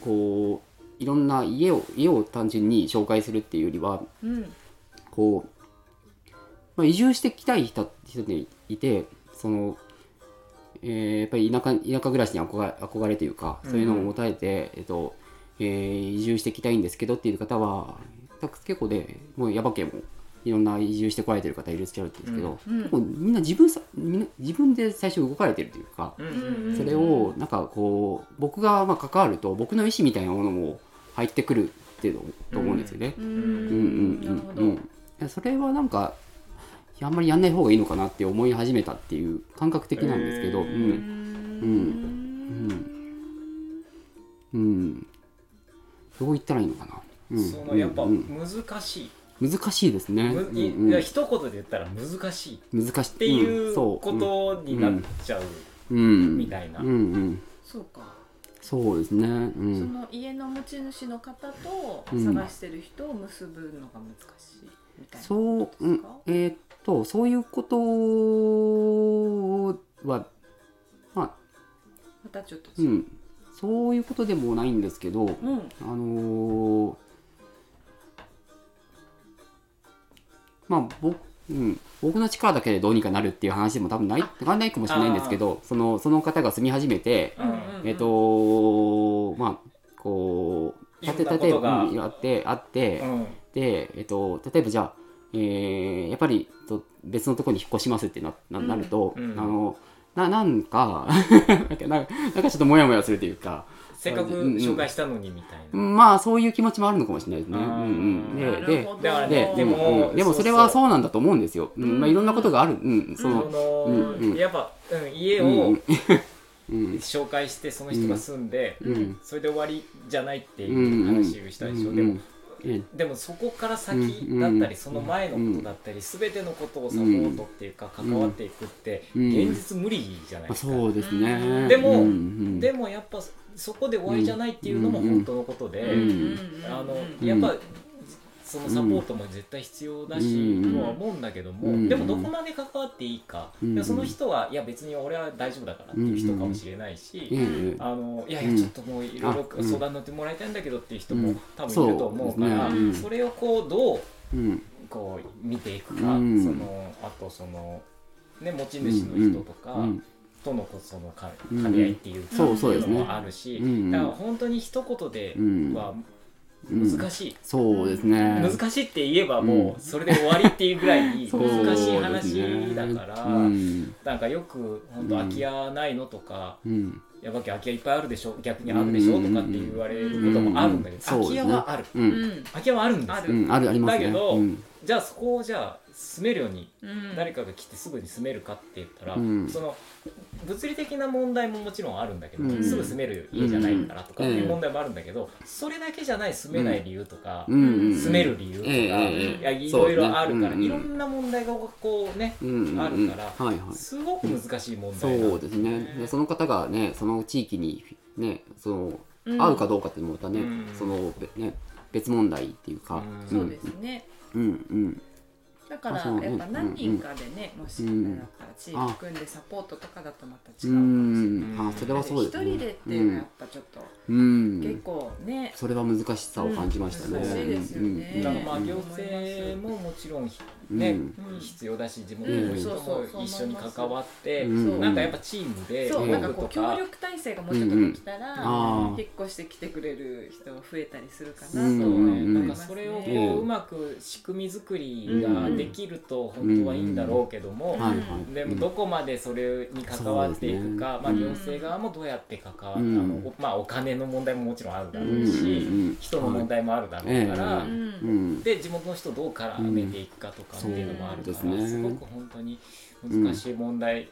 Speaker 3: こういろんな家を家を単純に紹介するっていうよりは
Speaker 4: うん
Speaker 3: こう、まあ、移住してきたい人人でいてその、えーやっぱり田舎田舎暮らしに憧れ憧れというかそういうのを持たれて、えっとえー移住してきたいんですけどっていう方は結構でもうヤバ系もいろんな移住してこられてる方いらっしゃるんですけど、
Speaker 4: うん
Speaker 3: もうみんな自分さみんな自分で最初動かれてるというか、
Speaker 1: うん
Speaker 4: うん
Speaker 3: それをなんかこう僕がまあ関わると僕の意思みたいなものも入ってくるっていうのと思うんですよね。
Speaker 4: うん
Speaker 3: うんうん
Speaker 2: なるほ
Speaker 3: う
Speaker 2: ど
Speaker 3: んうん、それはなんかあんまりやんない方がいいのかなって思い始めたっていう感覚的なんですけど、
Speaker 1: へ
Speaker 4: う
Speaker 1: ー
Speaker 3: うんうんうんどう言ったらいいのかな、うん、
Speaker 1: そのやっぱ
Speaker 3: うん
Speaker 1: 難しい、
Speaker 3: うん難しいですね、
Speaker 1: む
Speaker 3: うん
Speaker 1: い
Speaker 3: うん
Speaker 1: いや一言で言ったら難しいっ
Speaker 3: 難しいって
Speaker 1: いうこ
Speaker 3: うんそ
Speaker 1: とになっちゃう、
Speaker 3: う、うん、
Speaker 1: みたいな
Speaker 3: うんうん、
Speaker 2: そうか、
Speaker 3: そうですね、う
Speaker 2: そ
Speaker 3: ん、
Speaker 2: の家の持ち主の方と
Speaker 3: うん
Speaker 2: 探してる人を結ぶのが難しいみたいな
Speaker 3: そう、う
Speaker 2: です
Speaker 3: ん
Speaker 2: か、
Speaker 3: えーっとそういうことはまあ
Speaker 2: またちょっと
Speaker 3: う
Speaker 2: 違う、
Speaker 3: んそういうことでもないんですけど、
Speaker 2: うん
Speaker 3: あのーまあ僕,、うん、僕の力だけでどうにかなるっていう話でも多分ないわんないかもしれないんですけどそのその方が住み始めて、
Speaker 1: うん
Speaker 3: えっ、とーまあこう
Speaker 1: いろんな
Speaker 3: 例えば
Speaker 1: こ
Speaker 3: 例え
Speaker 1: とが
Speaker 3: ばうんあってあって、
Speaker 1: うん
Speaker 3: で、えっと、例えばじゃあ、えーやっぱりえっと別のところに引っ越しますってなななると、
Speaker 1: うんうん
Speaker 3: あのななんかなんかなんかなんかちょっとモヤモヤするというか。
Speaker 1: せっかく紹介したのにみたいな、
Speaker 3: まあそういう気持ちもあるのかもしれないですね。
Speaker 1: あ
Speaker 3: う
Speaker 1: ー
Speaker 3: んうん、
Speaker 1: な
Speaker 3: で
Speaker 2: る
Speaker 3: で
Speaker 2: ほど
Speaker 1: だから
Speaker 3: で
Speaker 1: ね
Speaker 3: で
Speaker 1: でも
Speaker 3: も、うんでもそれはそうなんだと思うんですよ。うんまあ、いろんなことがある、うん、そ
Speaker 1: そ
Speaker 3: の、
Speaker 1: の、
Speaker 3: うんうん
Speaker 1: やっぱ、うん、家
Speaker 3: うんう
Speaker 1: を
Speaker 3: んうん
Speaker 1: 紹介してその人が住んで、
Speaker 3: うん
Speaker 1: それで終わりじゃないってい
Speaker 3: うんうん
Speaker 1: う話をしたでしょ、
Speaker 3: うん
Speaker 1: で
Speaker 3: う
Speaker 1: も
Speaker 3: んえ
Speaker 1: でもそこから先
Speaker 3: うん
Speaker 1: だった
Speaker 3: うん
Speaker 1: りその前のことだったり全てのことをサポートっていうか
Speaker 3: うん
Speaker 1: 関わっていくって
Speaker 3: うん
Speaker 1: 現実無理じゃない
Speaker 3: まあ、
Speaker 1: ですか、
Speaker 3: そうですね。
Speaker 1: でも
Speaker 3: うんうん、
Speaker 1: でもやっぱそこで終わりじゃないっていうのも本当のことで、
Speaker 3: うん
Speaker 1: あの
Speaker 3: ん
Speaker 1: やっぱそのサポートも絶対必要だし、
Speaker 3: うん
Speaker 1: とは思うんだけども、
Speaker 3: うん
Speaker 1: でもどこまで関わっていいか、
Speaker 3: うん
Speaker 1: でその人はいや別に俺は大丈夫だからっていう人かもしれないし、
Speaker 3: ええ
Speaker 1: あのいやいうや
Speaker 3: ん
Speaker 1: ちょっともういろい
Speaker 3: あう
Speaker 1: ろ
Speaker 3: ん
Speaker 1: 相談乗ってもらいたいんだけどっていう人
Speaker 3: う
Speaker 1: も
Speaker 3: ん
Speaker 1: 多分いると思うから、
Speaker 3: そ
Speaker 1: そ
Speaker 3: うですねうん
Speaker 1: れをこうどう
Speaker 3: うん
Speaker 1: こう見ていくか、
Speaker 3: うん
Speaker 1: そのあとその、ね、持ち主の人とか、
Speaker 3: うん
Speaker 1: とのこそのか
Speaker 3: うん
Speaker 1: 兼ね合いっていう
Speaker 3: そうそうですね
Speaker 1: のもあるし、
Speaker 3: うん
Speaker 1: だから本当に一言で
Speaker 3: うん
Speaker 1: は
Speaker 3: うん
Speaker 1: 難しい、
Speaker 3: そうですね。
Speaker 1: 難しいって言えばもうそれで終わりっていうぐらい
Speaker 3: そうですね
Speaker 1: 難しい話だから、
Speaker 3: うん
Speaker 1: なんかよく本当空き家ないのとか、
Speaker 3: うん
Speaker 1: やばき空き家いっぱいあるでしょ逆にあるでしょとかって言われることもあるんだけど、
Speaker 3: う
Speaker 1: 空
Speaker 3: んうん
Speaker 1: き家はある、
Speaker 3: う
Speaker 2: うんん
Speaker 1: 空き家はあるんで
Speaker 2: あ
Speaker 1: す
Speaker 2: る
Speaker 1: よ
Speaker 3: うんあるありますね。
Speaker 1: だけど
Speaker 3: うん
Speaker 1: じゃあそこをじゃあ住めるように
Speaker 2: うん
Speaker 1: 誰かが来てすぐに住めるかって言ったら、
Speaker 3: うん
Speaker 1: その物理的な問題ももちろんあるんだけど、
Speaker 3: うん
Speaker 1: すぐ住める家じゃないからとか
Speaker 3: う
Speaker 1: っ
Speaker 3: ん
Speaker 1: ていう問題もあるんだけど、それだけじゃない住めない理由とか、
Speaker 3: うんうん
Speaker 1: 住める理由とか、
Speaker 3: ええ
Speaker 1: い
Speaker 3: え
Speaker 1: や
Speaker 3: え
Speaker 1: いろいろあるから、
Speaker 3: そうですねうんうん
Speaker 1: いろんな問題がこうね、
Speaker 3: うんうんうん
Speaker 1: あるから
Speaker 3: はいはい。
Speaker 1: すごく難しい問題
Speaker 3: そう
Speaker 1: す
Speaker 3: ですね。でその方がね、その地域にね、その、
Speaker 2: うん
Speaker 3: 合うかどうかっていうのもまたね、
Speaker 1: うん
Speaker 3: そのべね別問題っていうか、
Speaker 1: うん
Speaker 2: そうですね
Speaker 3: うんうん
Speaker 2: だから
Speaker 3: あそう
Speaker 2: やっぱ何人かでねもしあれだったらチーム組んでサポートとかだとまた違うか
Speaker 3: う
Speaker 2: もしれない
Speaker 3: んあそれはそうですね。
Speaker 2: 一人でっていうのはやっぱちょっと、
Speaker 3: うん、う
Speaker 2: 結
Speaker 3: ん、
Speaker 2: 構ね
Speaker 3: それは難しさを感じまし
Speaker 1: う
Speaker 3: たね。
Speaker 1: ん難しい
Speaker 2: ですよね
Speaker 3: うん
Speaker 1: だからまあ
Speaker 3: うん
Speaker 1: 行政ももちろんね、
Speaker 3: うん
Speaker 2: うん
Speaker 1: 必要だし地元の人も一緒に関わって、
Speaker 3: うん
Speaker 2: そう
Speaker 1: なんかやっぱチームで
Speaker 2: そう
Speaker 3: うん
Speaker 1: や
Speaker 2: なんか
Speaker 1: る
Speaker 2: ことう協
Speaker 1: か
Speaker 2: 力体制がもうちょっとできたら、
Speaker 3: うんうん
Speaker 2: 引っ越してきてくれる人が増えたりするかなと
Speaker 3: う
Speaker 2: は
Speaker 3: ん
Speaker 2: 思い
Speaker 1: なん
Speaker 2: ま
Speaker 1: か
Speaker 2: す
Speaker 1: そ
Speaker 2: ね。
Speaker 1: れをこ
Speaker 3: うん
Speaker 1: ううまく仕組み作りができると本当はいいんだろうけども、
Speaker 3: はいはい。
Speaker 1: でもどこまでそれに関わっていくか、
Speaker 3: そうですね
Speaker 1: まあ、行政側もどうやって関わって、
Speaker 3: うん
Speaker 1: あのおまあ、お金の問題ももちろんあるだろう
Speaker 3: うん
Speaker 1: し、
Speaker 3: うんうん
Speaker 1: 人の問題もあるだろうから、
Speaker 3: ええ
Speaker 2: うん
Speaker 3: うん
Speaker 1: で地元の人をどう絡めていくかとかっていうのもあるから、
Speaker 3: うんそうですね
Speaker 1: すごく本当に難しい問題、
Speaker 3: うん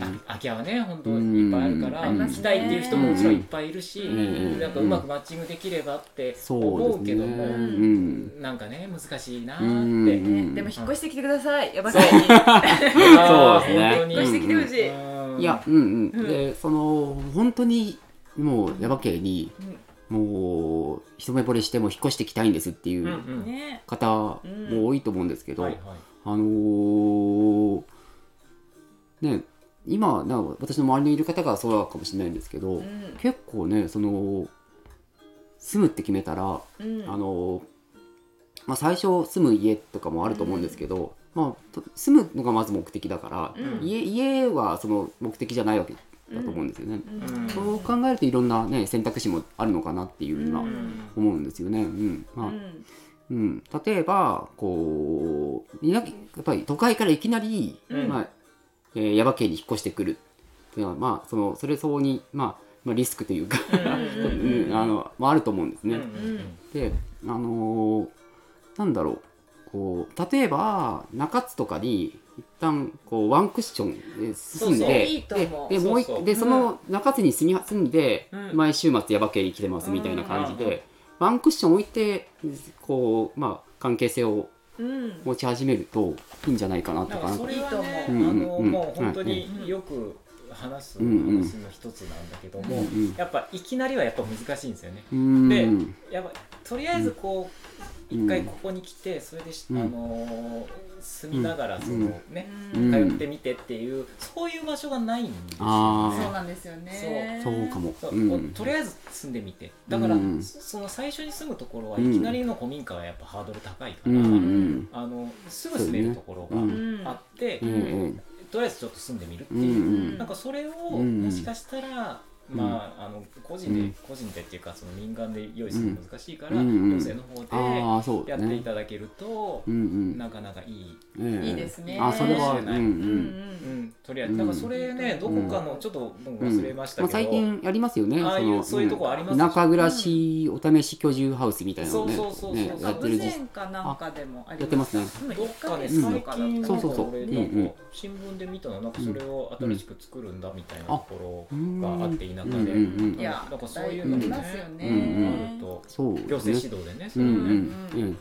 Speaker 1: あ空き家はね本当にいっぱいあるから、
Speaker 3: うん
Speaker 1: 行きたいっていう人ももちろんいっぱいいるし、
Speaker 3: うん
Speaker 1: なんかうまくマッチングできればって
Speaker 3: そ
Speaker 1: 思
Speaker 3: う
Speaker 1: う
Speaker 3: で
Speaker 1: け
Speaker 3: すね。
Speaker 1: ど
Speaker 3: う
Speaker 1: も、
Speaker 3: ん
Speaker 1: なんかね難しいなー
Speaker 3: うん
Speaker 1: って。
Speaker 3: うんうん
Speaker 2: でも引っ越してきてください。やばい。
Speaker 1: そう
Speaker 2: 引
Speaker 1: あー
Speaker 3: そうですね
Speaker 1: 本当に
Speaker 2: っ越してきてほしい。
Speaker 1: うん
Speaker 3: いや、うんうん。で、その、本当に、もう、ヤバ系に、もう、一目惚れしても引っ越してきたいんですってい
Speaker 1: うんう
Speaker 3: うん
Speaker 2: ね。
Speaker 3: 方も多いと思うんですけど、
Speaker 1: はいはい
Speaker 3: あのーね今なんか私の周りにいる方がそうかもしれないんですけど、
Speaker 2: うん
Speaker 3: 結構ねその住むって決めたら、
Speaker 2: うん
Speaker 3: あのまあ、最初住む家とかもあると思うんですけど、まあ、と住むのがまず目的だから、
Speaker 2: うん
Speaker 3: 家家はその目的じゃないわけだと思うんですよね。
Speaker 1: うん
Speaker 3: そう考えるといろんな、ね、選択肢もあるのかなっていうのは
Speaker 1: うん
Speaker 3: 思うんですよね。うんまあ
Speaker 2: うん
Speaker 3: うん、例えばこういなやっぱり都会からいきなり、
Speaker 1: うん
Speaker 3: まあえー、耶馬渓に引っ越してくるっていうのは、まあ、そのそれ相応に、まあまあ、リスクというか、
Speaker 2: うん
Speaker 3: うん [LAUGHS] あのまあ、あると思うんですね。
Speaker 1: うん
Speaker 3: であのーなんだろうこう例えば中津とかに一旦こうワンクッションで進ん
Speaker 1: そうそう
Speaker 3: で
Speaker 2: いいと思う
Speaker 3: ででもう一
Speaker 1: そうそう
Speaker 3: でその中津に住み住んで、
Speaker 1: うん
Speaker 3: 毎週末耶馬渓に来てますみたいな感じで、
Speaker 1: うんうん
Speaker 3: ワンクッション置いてこう、まあ、関係性を
Speaker 2: うん
Speaker 3: 持ち始めるといいんじゃないかなと
Speaker 1: だ
Speaker 3: か
Speaker 1: からそれはね、
Speaker 2: うん
Speaker 1: あの
Speaker 3: うん
Speaker 1: もう本当によく話す
Speaker 3: うん
Speaker 1: 話の一つなんだけども、
Speaker 2: うん
Speaker 1: やっぱいきなりはやっぱ難しいんですよね。
Speaker 3: うーん
Speaker 1: でやっぱとりあえずこう
Speaker 3: うん
Speaker 1: 一回ここに来てそれでし、
Speaker 3: うん
Speaker 1: あのー住みながらそのね、
Speaker 3: うん
Speaker 1: 通ってみてっていうそういう場所がないんですよ
Speaker 3: あ
Speaker 2: そう
Speaker 1: ね。
Speaker 2: なんですよね
Speaker 3: そうかも
Speaker 1: そう
Speaker 3: うん
Speaker 1: とりあえず住んでみてだから、
Speaker 3: うん
Speaker 1: そその最初に住むところはいきなりの古民家はやっぱハードル高いから、
Speaker 3: うんうん
Speaker 1: あのすぐ住めるところ
Speaker 3: そうね
Speaker 1: が
Speaker 2: うん
Speaker 1: あって、
Speaker 3: うんうん
Speaker 1: とりあえずちょっと住んでみるって
Speaker 3: うんう
Speaker 1: いう、
Speaker 3: ん
Speaker 1: なんかそれを
Speaker 3: ん
Speaker 1: もしかしたら、
Speaker 3: うん
Speaker 1: まああの個人で、
Speaker 3: うん
Speaker 1: 個人でっていうかその民間で用意するの難しいから、
Speaker 3: うんうん
Speaker 1: 行政の方
Speaker 3: ああそう
Speaker 1: でや
Speaker 3: だ
Speaker 1: ってい
Speaker 3: ね
Speaker 1: ただけると、
Speaker 3: うんうん
Speaker 1: なかなかいい、
Speaker 3: ええ
Speaker 2: いいですね
Speaker 3: あそれは
Speaker 1: かもしれ
Speaker 3: うん
Speaker 1: ない
Speaker 3: うん
Speaker 1: うん、とりあえずだからそれね、
Speaker 3: ん
Speaker 1: どこかのちょっともう
Speaker 3: うん
Speaker 1: 忘れました
Speaker 3: あ
Speaker 1: けど、
Speaker 3: 最近やりますよね
Speaker 1: ああいう
Speaker 3: の
Speaker 1: そういうとこあります
Speaker 3: ん田舎暮らしお試し居住ハウスみたいなのね
Speaker 1: そうそうそうそう
Speaker 3: ねや
Speaker 2: あ
Speaker 3: って
Speaker 2: 無
Speaker 3: る自治
Speaker 2: 線かなんかでもあり
Speaker 3: やってますね
Speaker 2: うん
Speaker 1: どっかね、
Speaker 2: 一ヶ
Speaker 1: 最
Speaker 2: 月かな
Speaker 1: 近
Speaker 3: そうそうそう
Speaker 1: なんか俺
Speaker 3: うん
Speaker 1: なんか
Speaker 3: うん
Speaker 1: 新聞で見たのなんかそれを新しく作るんだみたいなとこ
Speaker 3: うん
Speaker 1: ろがあって田舎で、
Speaker 3: うんうんうん
Speaker 2: いや
Speaker 1: なんかそ
Speaker 2: だ
Speaker 1: う
Speaker 2: い
Speaker 1: いう
Speaker 2: ぶ
Speaker 1: の
Speaker 2: あ
Speaker 1: も
Speaker 2: り
Speaker 1: ね
Speaker 2: ますよね、
Speaker 3: うん
Speaker 1: あると
Speaker 3: そうですね
Speaker 1: 行政指導でね、そ
Speaker 3: うん
Speaker 1: れ
Speaker 3: う
Speaker 1: をね
Speaker 3: んうん
Speaker 1: うん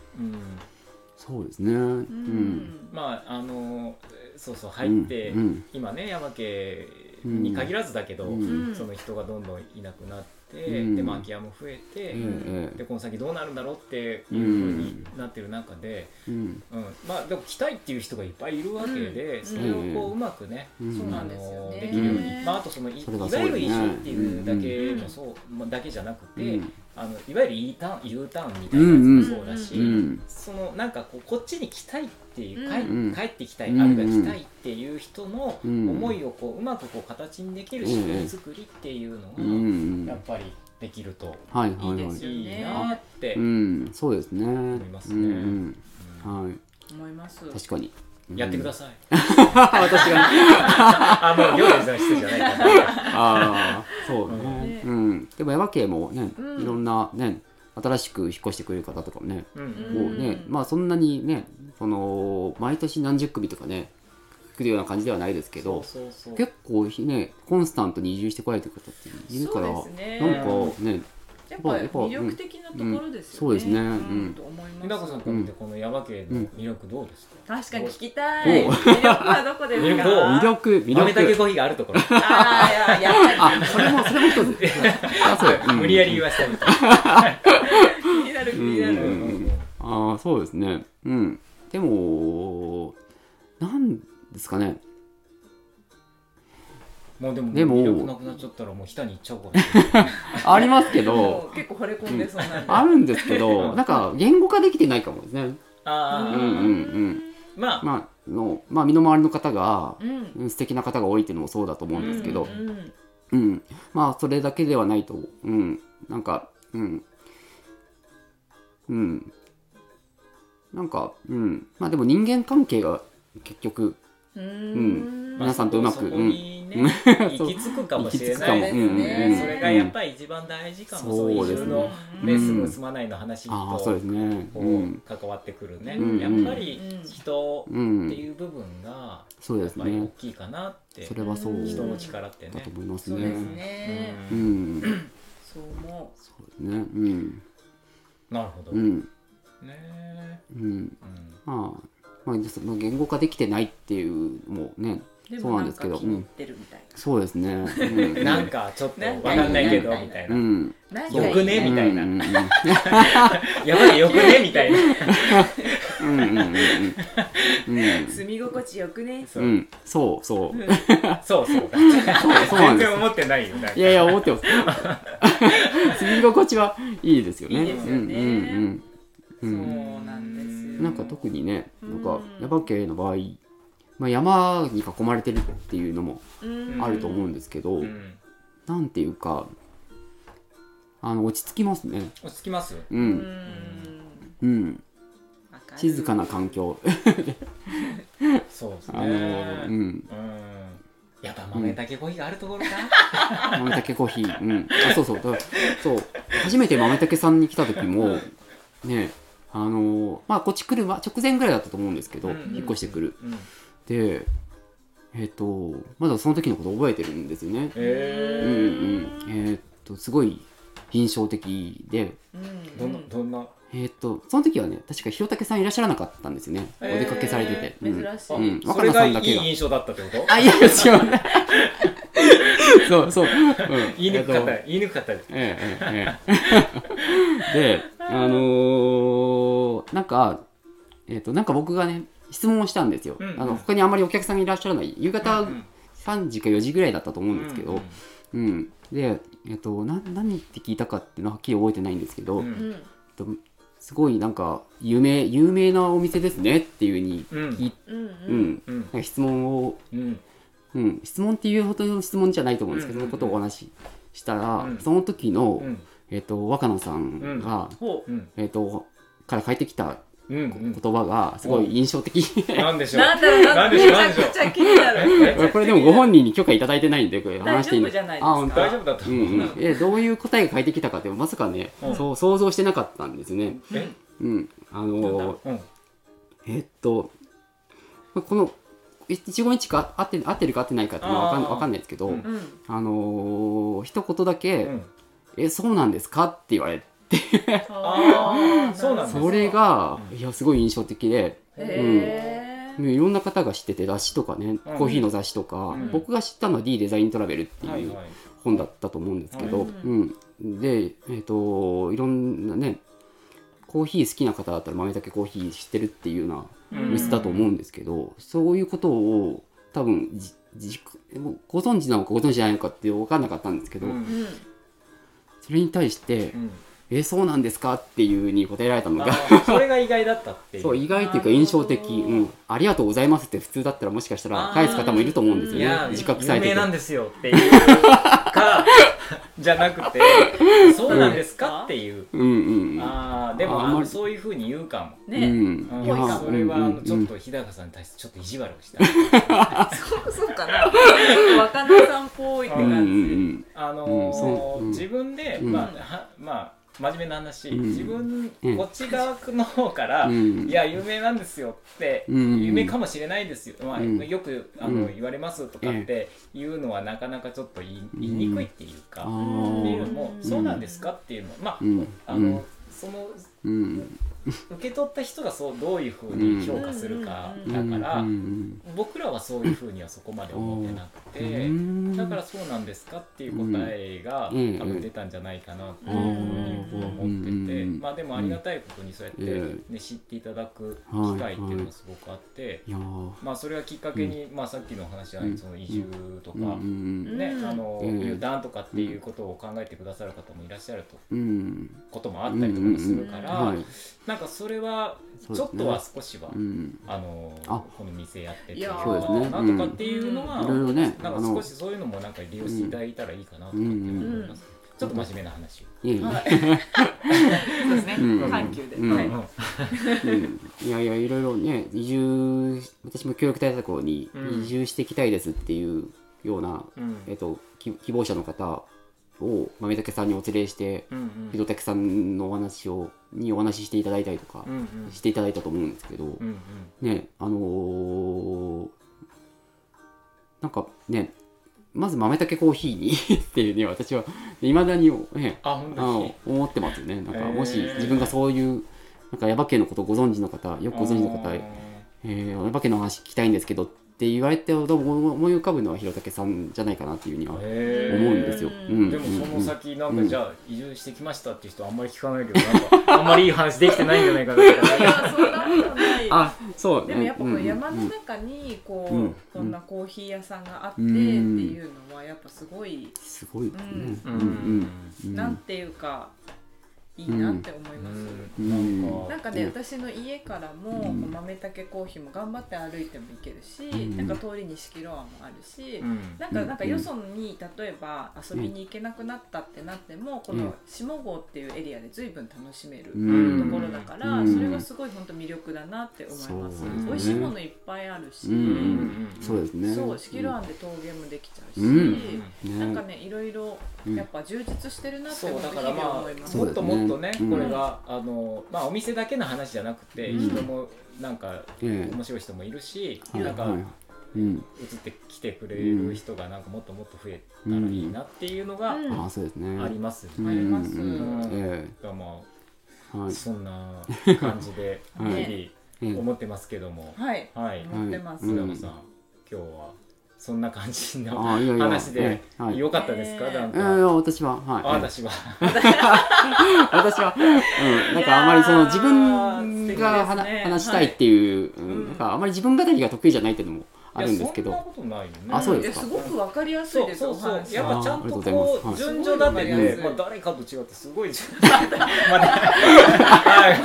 Speaker 3: そうですねう
Speaker 2: うん
Speaker 3: ん
Speaker 1: まああのそうそう入って、
Speaker 3: うんうん
Speaker 1: 今ね山家に限らずだけど、
Speaker 3: うん
Speaker 2: うん
Speaker 1: その人がどんどんいなくなって、
Speaker 3: うん
Speaker 1: でまあ空き家も増えて、
Speaker 3: えええ
Speaker 1: でこの先どうなるんだろうっていうふうになってる中で、
Speaker 3: えうん
Speaker 1: うんまあでも来たいっていう人がいっぱいいるわけで、
Speaker 2: ん
Speaker 1: それをこううまくね、
Speaker 3: うん
Speaker 2: そう
Speaker 1: あ
Speaker 2: なんですよ
Speaker 1: の
Speaker 2: ね
Speaker 1: できるように、
Speaker 2: うん
Speaker 1: まあ、あとそのい
Speaker 3: それが
Speaker 1: い
Speaker 3: そう
Speaker 1: わ
Speaker 3: よね
Speaker 1: ゆる移住っていうだけ
Speaker 2: う
Speaker 1: も
Speaker 2: ん
Speaker 1: そう、まあ、だけじゃなく
Speaker 3: う
Speaker 1: て、
Speaker 3: ん
Speaker 1: あのいわゆる E ターン U ターンみたいなやつもそうだし、
Speaker 2: う
Speaker 3: うん
Speaker 1: そのなんかこうこっちに来たいっていう、帰
Speaker 3: うん
Speaker 1: 帰ってきたい、
Speaker 3: うん
Speaker 1: あるいは来たいっていう人の
Speaker 3: うん
Speaker 1: 思いをこううまくこう形にできる仕組み作りっていうの
Speaker 3: う
Speaker 1: が
Speaker 3: ん
Speaker 1: やっぱりできると
Speaker 3: はい
Speaker 2: い
Speaker 3: はいい
Speaker 2: で
Speaker 3: は
Speaker 2: す
Speaker 3: い
Speaker 2: よ
Speaker 1: いいなって、
Speaker 3: うんそうですね思
Speaker 1: いますね
Speaker 3: うんうんはい
Speaker 2: 思います
Speaker 3: 確かに
Speaker 1: やってくだ
Speaker 3: さい
Speaker 1: さい。
Speaker 3: 私が
Speaker 1: [LAUGHS] あもう料理の人じゃないから。
Speaker 3: ああそうね
Speaker 2: ね、
Speaker 3: うん、でも耶馬渓もね、
Speaker 2: うん
Speaker 3: いろんなね新しく引っ越してくれる方とかもね、
Speaker 1: う
Speaker 2: うん
Speaker 1: ん
Speaker 3: もうねまあそんなにねその毎年何十組とかね来るような感じではないですけ
Speaker 1: そ
Speaker 3: ど
Speaker 1: うそうそう。
Speaker 3: 結構ひねコンスタントに移住してこられてる方っているから、
Speaker 2: そうですね
Speaker 3: なんかね
Speaker 2: やっぱ魅力的なところですよね、
Speaker 3: うんそうですねうん
Speaker 2: と思い
Speaker 1: ひな
Speaker 2: ま
Speaker 1: こ
Speaker 2: す
Speaker 1: さんから見てこのヤバ系の魅力どうですか。
Speaker 2: 確かに聞きたい
Speaker 3: お
Speaker 2: 魅力はどこですか
Speaker 1: 魅力どう
Speaker 3: 魅力魅
Speaker 1: 豆だけ
Speaker 3: 力
Speaker 1: コーヒーがあるところ。
Speaker 2: あーいややっぱ
Speaker 3: あそれもそれも一つ
Speaker 1: [LAUGHS]
Speaker 3: あそううん
Speaker 1: 無理やり言わせたみたいな。
Speaker 2: り気になる気にな
Speaker 3: う
Speaker 2: る、
Speaker 3: んうんああそうですねうんでもなんですかね
Speaker 1: もうでも
Speaker 3: でも
Speaker 1: 魅力なくなっちゃったらもう下に行っちゃうから。
Speaker 3: あります
Speaker 2: [LAUGHS]
Speaker 3: けど
Speaker 2: もう結構惚れ込んでそうなんで、
Speaker 3: あるんですけ
Speaker 1: う
Speaker 3: ど、
Speaker 1: ん
Speaker 3: なんか言語化できてないかもですね。
Speaker 1: ああ、
Speaker 3: うんうんうん。
Speaker 1: まあ、
Speaker 3: まあ、のまあ、身の回りの方が、
Speaker 2: うん
Speaker 3: うん素敵な方が多いっていうのもそうだと思うんですけど、
Speaker 2: うんうん
Speaker 3: うん、まあ、それだけではないと、うん、なんか、うん、うん、なんか、うん、まあでも人間関係が結局、
Speaker 2: う
Speaker 3: うん
Speaker 2: ん
Speaker 3: 皆さんとうまく
Speaker 1: そこに
Speaker 3: [LAUGHS]
Speaker 1: ね、行き着くかもしれ
Speaker 3: 行き着く
Speaker 1: な
Speaker 3: か
Speaker 1: い
Speaker 3: も、
Speaker 1: で
Speaker 2: ですすね
Speaker 3: うんうんうん、
Speaker 1: それがやっぱり一番大事かも、
Speaker 3: そ
Speaker 1: そうういう
Speaker 3: で
Speaker 1: 移
Speaker 3: す
Speaker 1: 住
Speaker 3: ね
Speaker 1: の、
Speaker 3: うん
Speaker 1: ね、住む住まないの話
Speaker 3: ああ、そうで
Speaker 1: と
Speaker 3: すね。
Speaker 1: こ
Speaker 3: う、
Speaker 1: うん関わってくるね、
Speaker 3: うん
Speaker 1: やっぱり
Speaker 2: うん
Speaker 1: 人
Speaker 3: う
Speaker 1: って
Speaker 3: ん、
Speaker 1: いう部分が
Speaker 3: そう
Speaker 1: や
Speaker 3: で
Speaker 1: っ
Speaker 3: す
Speaker 1: ぱり大
Speaker 3: ね。
Speaker 1: きいかなって
Speaker 3: そ、れはそう
Speaker 1: 人
Speaker 3: だ
Speaker 1: の力ってね
Speaker 3: と。思います
Speaker 2: そうです
Speaker 3: ね。
Speaker 2: ね、
Speaker 1: う
Speaker 3: うんん、
Speaker 2: そう思
Speaker 3: そうですね。うん、
Speaker 1: なるほど。
Speaker 3: う
Speaker 1: ね
Speaker 3: ん、
Speaker 1: え、
Speaker 3: うん。
Speaker 1: うん
Speaker 3: まあ、まあ、その言語化できてないっていうのもね
Speaker 2: うで
Speaker 3: そう
Speaker 2: も
Speaker 3: な
Speaker 2: なんん
Speaker 3: です
Speaker 2: か
Speaker 3: け
Speaker 2: 気
Speaker 3: ど
Speaker 2: に入ってるみたい
Speaker 3: そうですね、う
Speaker 1: なんかちょっと
Speaker 2: なん
Speaker 1: わ
Speaker 2: か
Speaker 1: かんないけど
Speaker 2: なんか
Speaker 1: みたいうな。
Speaker 3: ん
Speaker 2: な、
Speaker 1: よくね
Speaker 3: うん
Speaker 1: みたいな
Speaker 3: うんうん
Speaker 1: やばいよくねみたいな。
Speaker 3: うんうんうんうんうん
Speaker 2: 住み心地よくね
Speaker 1: そうう,、
Speaker 3: んそう [LAUGHS] そう
Speaker 1: そうそう
Speaker 3: そうな
Speaker 1: 全
Speaker 3: んです
Speaker 1: 然思ってないよなんか
Speaker 3: いやいや思ってます住み心地はいいですよね
Speaker 2: いいですよね
Speaker 3: うんうんうん、うん
Speaker 2: そうなんですよ
Speaker 3: なんか特にねなんか
Speaker 2: うん
Speaker 3: 耶馬渓の場合、まあ、山に囲まれてるっていうのも
Speaker 2: うん
Speaker 3: あると思うんですけど、
Speaker 1: うん
Speaker 3: なんていうかあの落ち着きますね
Speaker 1: 落ち着きます
Speaker 3: う
Speaker 2: うんん
Speaker 3: うん
Speaker 2: わる
Speaker 3: 静かな環境
Speaker 1: そうですね
Speaker 3: あのーうん
Speaker 1: うんやっぱ豆竹コーヒーがあるところか、
Speaker 3: 豆竹コーヒーうんあそうそうだからそう初めて豆竹さんに来た時もねあのーまあこっち来るま直前ぐらいだったと思うんですけど、
Speaker 1: うんうん
Speaker 3: 引っ越してくる
Speaker 1: うん、へ
Speaker 3: でえっ、とまだその時のこと覚えてるんですよねうんう
Speaker 1: え
Speaker 3: んえっ、とすごい印象的で
Speaker 2: うん
Speaker 1: どんなどんな
Speaker 3: えっ、とその時はね確かひろたけさんいらっしゃらなかったんですよね、
Speaker 2: えー
Speaker 3: お出かけされてて、うん
Speaker 2: 珍し
Speaker 1: あ
Speaker 2: い、
Speaker 3: うん
Speaker 1: それが
Speaker 3: 若菜さ
Speaker 1: い
Speaker 3: んだけ
Speaker 1: い
Speaker 3: が
Speaker 1: 印象だったってこと
Speaker 3: あいや
Speaker 1: [LAUGHS]
Speaker 3: 違うねそうそう、うん
Speaker 1: 言いにくかった、
Speaker 3: えっと
Speaker 1: 言いにくかったです
Speaker 3: ええええええであのーなんかえっ、となんか僕がね質問をしたんですよ、
Speaker 1: うんうん
Speaker 3: あの他にあんまりお客さんがいらっしゃらない夕方
Speaker 1: うんうん
Speaker 3: 3時か4時ぐらいだったと思うんですけど、
Speaker 1: うん
Speaker 3: うん、で、えっと、な何って聞いたかっていうのははっきり覚えてないんですけど、
Speaker 1: うん
Speaker 3: えっ
Speaker 2: うん
Speaker 3: とすごいなんか有名有名なお店ですねっていう
Speaker 1: う
Speaker 3: ふうに聞
Speaker 1: ん
Speaker 3: い、
Speaker 2: うん
Speaker 3: うん
Speaker 1: うん
Speaker 3: なんか質問を、
Speaker 1: うん
Speaker 3: うん、質問っていうほどの質問じゃないと思うんですけど、
Speaker 1: うんうんうん
Speaker 3: そのことをお話ししたら、
Speaker 1: うん
Speaker 3: その時の、
Speaker 1: うん
Speaker 3: えっと、若野さんが、
Speaker 2: ほう
Speaker 1: うん
Speaker 3: えっとから返ってきた
Speaker 1: うんうん
Speaker 3: 言葉がすごい印象的、
Speaker 1: なんでしょう
Speaker 2: なんだろう
Speaker 1: なんで
Speaker 2: め
Speaker 1: しょう
Speaker 2: ち
Speaker 1: なん
Speaker 2: ゃ
Speaker 1: でしょう
Speaker 2: くちゃ気になる
Speaker 1: え
Speaker 3: これでもご本人に許可いただいてないんでこれ
Speaker 2: 大
Speaker 3: 話してい
Speaker 2: 丈夫
Speaker 3: いの
Speaker 2: じゃないです
Speaker 3: あ本
Speaker 2: か
Speaker 3: 当
Speaker 1: 大丈夫だった
Speaker 3: うんうん、えどういう答えが返ってきたかってまさかね、
Speaker 1: うん
Speaker 3: そう想像してなかったんですね。
Speaker 1: え
Speaker 3: うん、あ
Speaker 2: なん
Speaker 3: の
Speaker 2: だ
Speaker 1: うん
Speaker 3: えっとまこの一五一か合って合ってるか合ってないかってのはわかん
Speaker 1: あー
Speaker 3: わかんないですけど、
Speaker 1: うん
Speaker 2: うん
Speaker 3: あのー一言だ
Speaker 1: う
Speaker 3: け「
Speaker 1: ん
Speaker 3: えそうなんですか?」って言われて
Speaker 1: あーそうなんですか
Speaker 3: それが
Speaker 1: う
Speaker 3: いやすごい印象的で、
Speaker 2: へー
Speaker 3: ねいろんな方が知ってて雑誌とかね、
Speaker 1: うん
Speaker 3: コーヒーの雑誌とか、
Speaker 1: うん
Speaker 3: 僕が知ったのは「D デザイントラベル」っていう。
Speaker 1: はいはい
Speaker 3: 本だったと思うんですけど、
Speaker 2: はいう
Speaker 3: うん、で、えっといろんなねコーヒー好きな方だったら豆だけコーヒー知ってるっていうよう
Speaker 1: うん
Speaker 3: なスだと思うんですけど、そういうことを多分じじご存知なのかご存知じゃないのかって分かんなかったんですけど、
Speaker 1: うん
Speaker 2: うん
Speaker 3: それに対して
Speaker 1: うん
Speaker 3: 「えそうなんですか?」っていうふうに答えられたの
Speaker 1: あ
Speaker 3: が。
Speaker 1: ーそれが意外だったっていう
Speaker 3: そう意外とい
Speaker 2: なる
Speaker 3: うか
Speaker 2: ほど
Speaker 3: 印象的、うん、ありがとうございますって普通だったらもしかしたら返す方もいると思うんです
Speaker 1: い
Speaker 3: よ
Speaker 1: や
Speaker 3: ね
Speaker 1: ー
Speaker 3: 自覚されて
Speaker 1: 有名
Speaker 3: て
Speaker 1: なんですよっていうかじゃなくてそうなんですかっていう
Speaker 3: うんうん
Speaker 1: あーでも
Speaker 3: あ
Speaker 1: あ
Speaker 3: んまり
Speaker 1: のそういうふうに言うかも
Speaker 3: う
Speaker 2: ね、
Speaker 3: ん
Speaker 1: う
Speaker 3: うん
Speaker 1: ん
Speaker 3: いやー
Speaker 1: それはあ
Speaker 3: うん
Speaker 1: の
Speaker 3: うん
Speaker 1: ちょっと日高さんに対してちょっと意地悪をした
Speaker 2: そうそうかな。若菜さんっぽいって
Speaker 3: うんうんう
Speaker 2: 感
Speaker 3: ん
Speaker 1: あの
Speaker 3: うんそう
Speaker 1: ー
Speaker 3: うん
Speaker 1: 自分で、
Speaker 3: うん
Speaker 1: まあ、はまあ真面目な話、
Speaker 3: うん
Speaker 1: 自分
Speaker 3: うん
Speaker 1: こっち側の方から、
Speaker 3: うん
Speaker 1: いや有名なんですよって、
Speaker 3: うん
Speaker 1: 有名かもしれないですよ、まあ
Speaker 3: うん
Speaker 1: よくあの、
Speaker 3: うん
Speaker 1: 言われますとかって言うのはなかなかちょっと言い言いにくいっていうか、
Speaker 3: あ
Speaker 1: っていう
Speaker 3: ー
Speaker 1: のも、
Speaker 2: うん
Speaker 1: そうなんですかっていうのはまあ、
Speaker 3: うん
Speaker 1: あのその
Speaker 3: うん
Speaker 1: 受け取った人がそうどういうふうに評価するか
Speaker 2: う
Speaker 1: だから、
Speaker 3: うん
Speaker 1: 僕らはそういうふうにはそこまで思ってなくて。
Speaker 3: うん
Speaker 1: だからそうなんですかっていう答えが、
Speaker 3: うん
Speaker 1: 多分出たんじゃないかなって
Speaker 3: あ
Speaker 1: いうふうに
Speaker 3: ー
Speaker 1: 思ってて、
Speaker 3: うん
Speaker 1: まあでもありがたいことにそうやって、ね
Speaker 3: う
Speaker 1: 知っていただく機会っていうのがすごくあって、
Speaker 3: いやー
Speaker 1: まあそれはきっかけに、まあさっきの話じゃない、
Speaker 3: うん
Speaker 1: その移住とか、
Speaker 3: うん
Speaker 1: ね、
Speaker 2: うん
Speaker 1: あの
Speaker 3: うん
Speaker 1: 油断とかっていうことを考えてくださる方もいらっしゃると
Speaker 3: うん
Speaker 1: こともあったりとかもするから、
Speaker 3: はい
Speaker 1: なんかそれはちょっとは少しは、
Speaker 3: うん
Speaker 1: あの
Speaker 3: あ
Speaker 1: この店やってて
Speaker 2: いやー
Speaker 3: そうですね
Speaker 1: なんとかっていうのは、
Speaker 3: いろいろね
Speaker 1: なん
Speaker 3: あ
Speaker 1: か
Speaker 3: の
Speaker 1: 少しそういうのもなんか利用していただいたらいいかなとかって思います、ちょっと真面目な話を、
Speaker 3: いやいや
Speaker 4: そうですね
Speaker 3: うん
Speaker 4: 緩急で、
Speaker 3: うん
Speaker 4: はい
Speaker 1: うん
Speaker 3: うんいやいやいろいろね移住私も協力対策をに
Speaker 1: うん
Speaker 3: 移住していきたいですっていうような
Speaker 1: うん
Speaker 3: えっとき希望者の方を豆竹さんにお連れして
Speaker 1: うん
Speaker 3: ひどたけさんのお話をにお話ししていただいたりとか
Speaker 1: うんうん
Speaker 3: していただいたと思うんですけど、
Speaker 1: うんうん
Speaker 3: ねあのーなんかねまず豆けコーヒーに [LAUGHS] っていうね私はいまだにね
Speaker 1: あ本
Speaker 3: あ
Speaker 1: 当に
Speaker 3: の思ってますよねなんか
Speaker 1: へー
Speaker 3: もし自分がそういうなんか耶馬渓のことをご存知の方よくご存知の方
Speaker 1: あ
Speaker 3: えー耶馬渓の話聞きたいんですけどっって言われて多分思い浮かぶのは弘武さんじゃないかなっていうふうには思
Speaker 1: へ
Speaker 3: うんですよ。
Speaker 2: へ
Speaker 3: う
Speaker 2: ー
Speaker 3: ん
Speaker 1: でもその
Speaker 3: うん
Speaker 1: 先なん
Speaker 3: う
Speaker 1: か
Speaker 3: ん
Speaker 1: じゃあ移住してきましたっていう人あんまり聞かないけどなんかあんまりいい話できてないんじゃないかなとか
Speaker 2: いやそんなことない
Speaker 3: あそう
Speaker 2: でもやっぱこ
Speaker 3: うんう
Speaker 2: うん山の中にこう、
Speaker 3: うん
Speaker 2: こんなコーヒー屋さんがあってって
Speaker 3: うん
Speaker 2: いうのはやっぱすごい、
Speaker 3: すごいですね。
Speaker 1: う
Speaker 3: うんうん
Speaker 1: ん
Speaker 3: うん
Speaker 2: なんていうかいいなって思います、
Speaker 3: うん
Speaker 1: なん
Speaker 2: な
Speaker 1: か
Speaker 2: んかね、
Speaker 3: うん
Speaker 2: 私の家からも、
Speaker 3: ん
Speaker 2: こう豆たけコーヒーも頑張って歩いても行けるし、
Speaker 3: ん
Speaker 2: なんか通りに四季ロアもあるし、
Speaker 1: うん
Speaker 2: なんか
Speaker 3: うん
Speaker 2: なんかよそに例えば遊びに行けなくなったってなっても、こ
Speaker 3: うん
Speaker 2: の下郷っていうエリアで随分楽しめる
Speaker 3: うん
Speaker 2: ところだから、
Speaker 3: うん
Speaker 2: それがすごい本当魅力だなって思います、
Speaker 3: そう
Speaker 1: ですね
Speaker 2: 美味しいものいっぱいあるし、
Speaker 3: う
Speaker 1: うんん
Speaker 3: そうですね。
Speaker 2: そう四季ロアで陶芸もできちゃうし、
Speaker 3: うんね
Speaker 2: なんかねいろいろやっぱ充実してるなって
Speaker 1: そう
Speaker 2: 本
Speaker 1: だ
Speaker 2: 当
Speaker 1: から
Speaker 2: 日々
Speaker 1: ま
Speaker 2: 思いま
Speaker 1: あ
Speaker 2: す、
Speaker 3: そ
Speaker 1: も
Speaker 3: う
Speaker 1: っと
Speaker 3: だよ
Speaker 1: も
Speaker 3: ね
Speaker 1: っとね
Speaker 3: うん
Speaker 1: これがあのまあお店だけの話じゃなくて
Speaker 3: うん
Speaker 1: 人もなんか
Speaker 3: ええ
Speaker 1: 面白い人もいるし
Speaker 3: はい
Speaker 1: なんか
Speaker 3: はいうん、
Speaker 1: 移ってきてくれる人がなんかもっともっと増えたらいいなっていうのが
Speaker 2: うん
Speaker 3: あそうですね。
Speaker 1: ありますよ
Speaker 3: うん
Speaker 1: ね。
Speaker 2: あります
Speaker 3: うん
Speaker 1: うん
Speaker 3: え
Speaker 1: だからま
Speaker 3: えは
Speaker 1: あ
Speaker 3: い。
Speaker 1: そんな感じで
Speaker 3: はい
Speaker 1: 日
Speaker 3: え
Speaker 1: 々
Speaker 3: え
Speaker 1: 思ってますけども、
Speaker 2: はい
Speaker 1: はい、
Speaker 2: 思ってます、
Speaker 3: うん
Speaker 1: 菅野さん、今日はそんな感じの
Speaker 3: あいやいや
Speaker 1: 話で
Speaker 3: ええはい
Speaker 1: 良かったですか？
Speaker 2: ええ
Speaker 1: なん
Speaker 3: ええ
Speaker 1: か、
Speaker 3: 私は、はい。
Speaker 1: あ私は、
Speaker 3: [LAUGHS] 私は、うん、なんかあまりその自
Speaker 2: いやー素敵ですね
Speaker 3: 分が話,、話したいっていう、うん
Speaker 1: うん
Speaker 3: なんかあまり自分語りが得意じゃないっていうのもあるんですけ
Speaker 1: いや
Speaker 3: ど、
Speaker 1: そんなことないよね。
Speaker 3: あそう
Speaker 2: え
Speaker 3: ですか
Speaker 2: すごくわかりやすい
Speaker 1: そ
Speaker 2: で
Speaker 1: う
Speaker 2: すよ
Speaker 1: そうそう
Speaker 2: お話
Speaker 1: やっぱちゃんと
Speaker 3: あーありがと
Speaker 1: こ
Speaker 3: うございうますはい
Speaker 1: 順序立て
Speaker 2: す
Speaker 1: て、
Speaker 2: ごいわかりやすい
Speaker 1: まあ、誰かと違ってすごい順序立ててま [LAUGHS] あね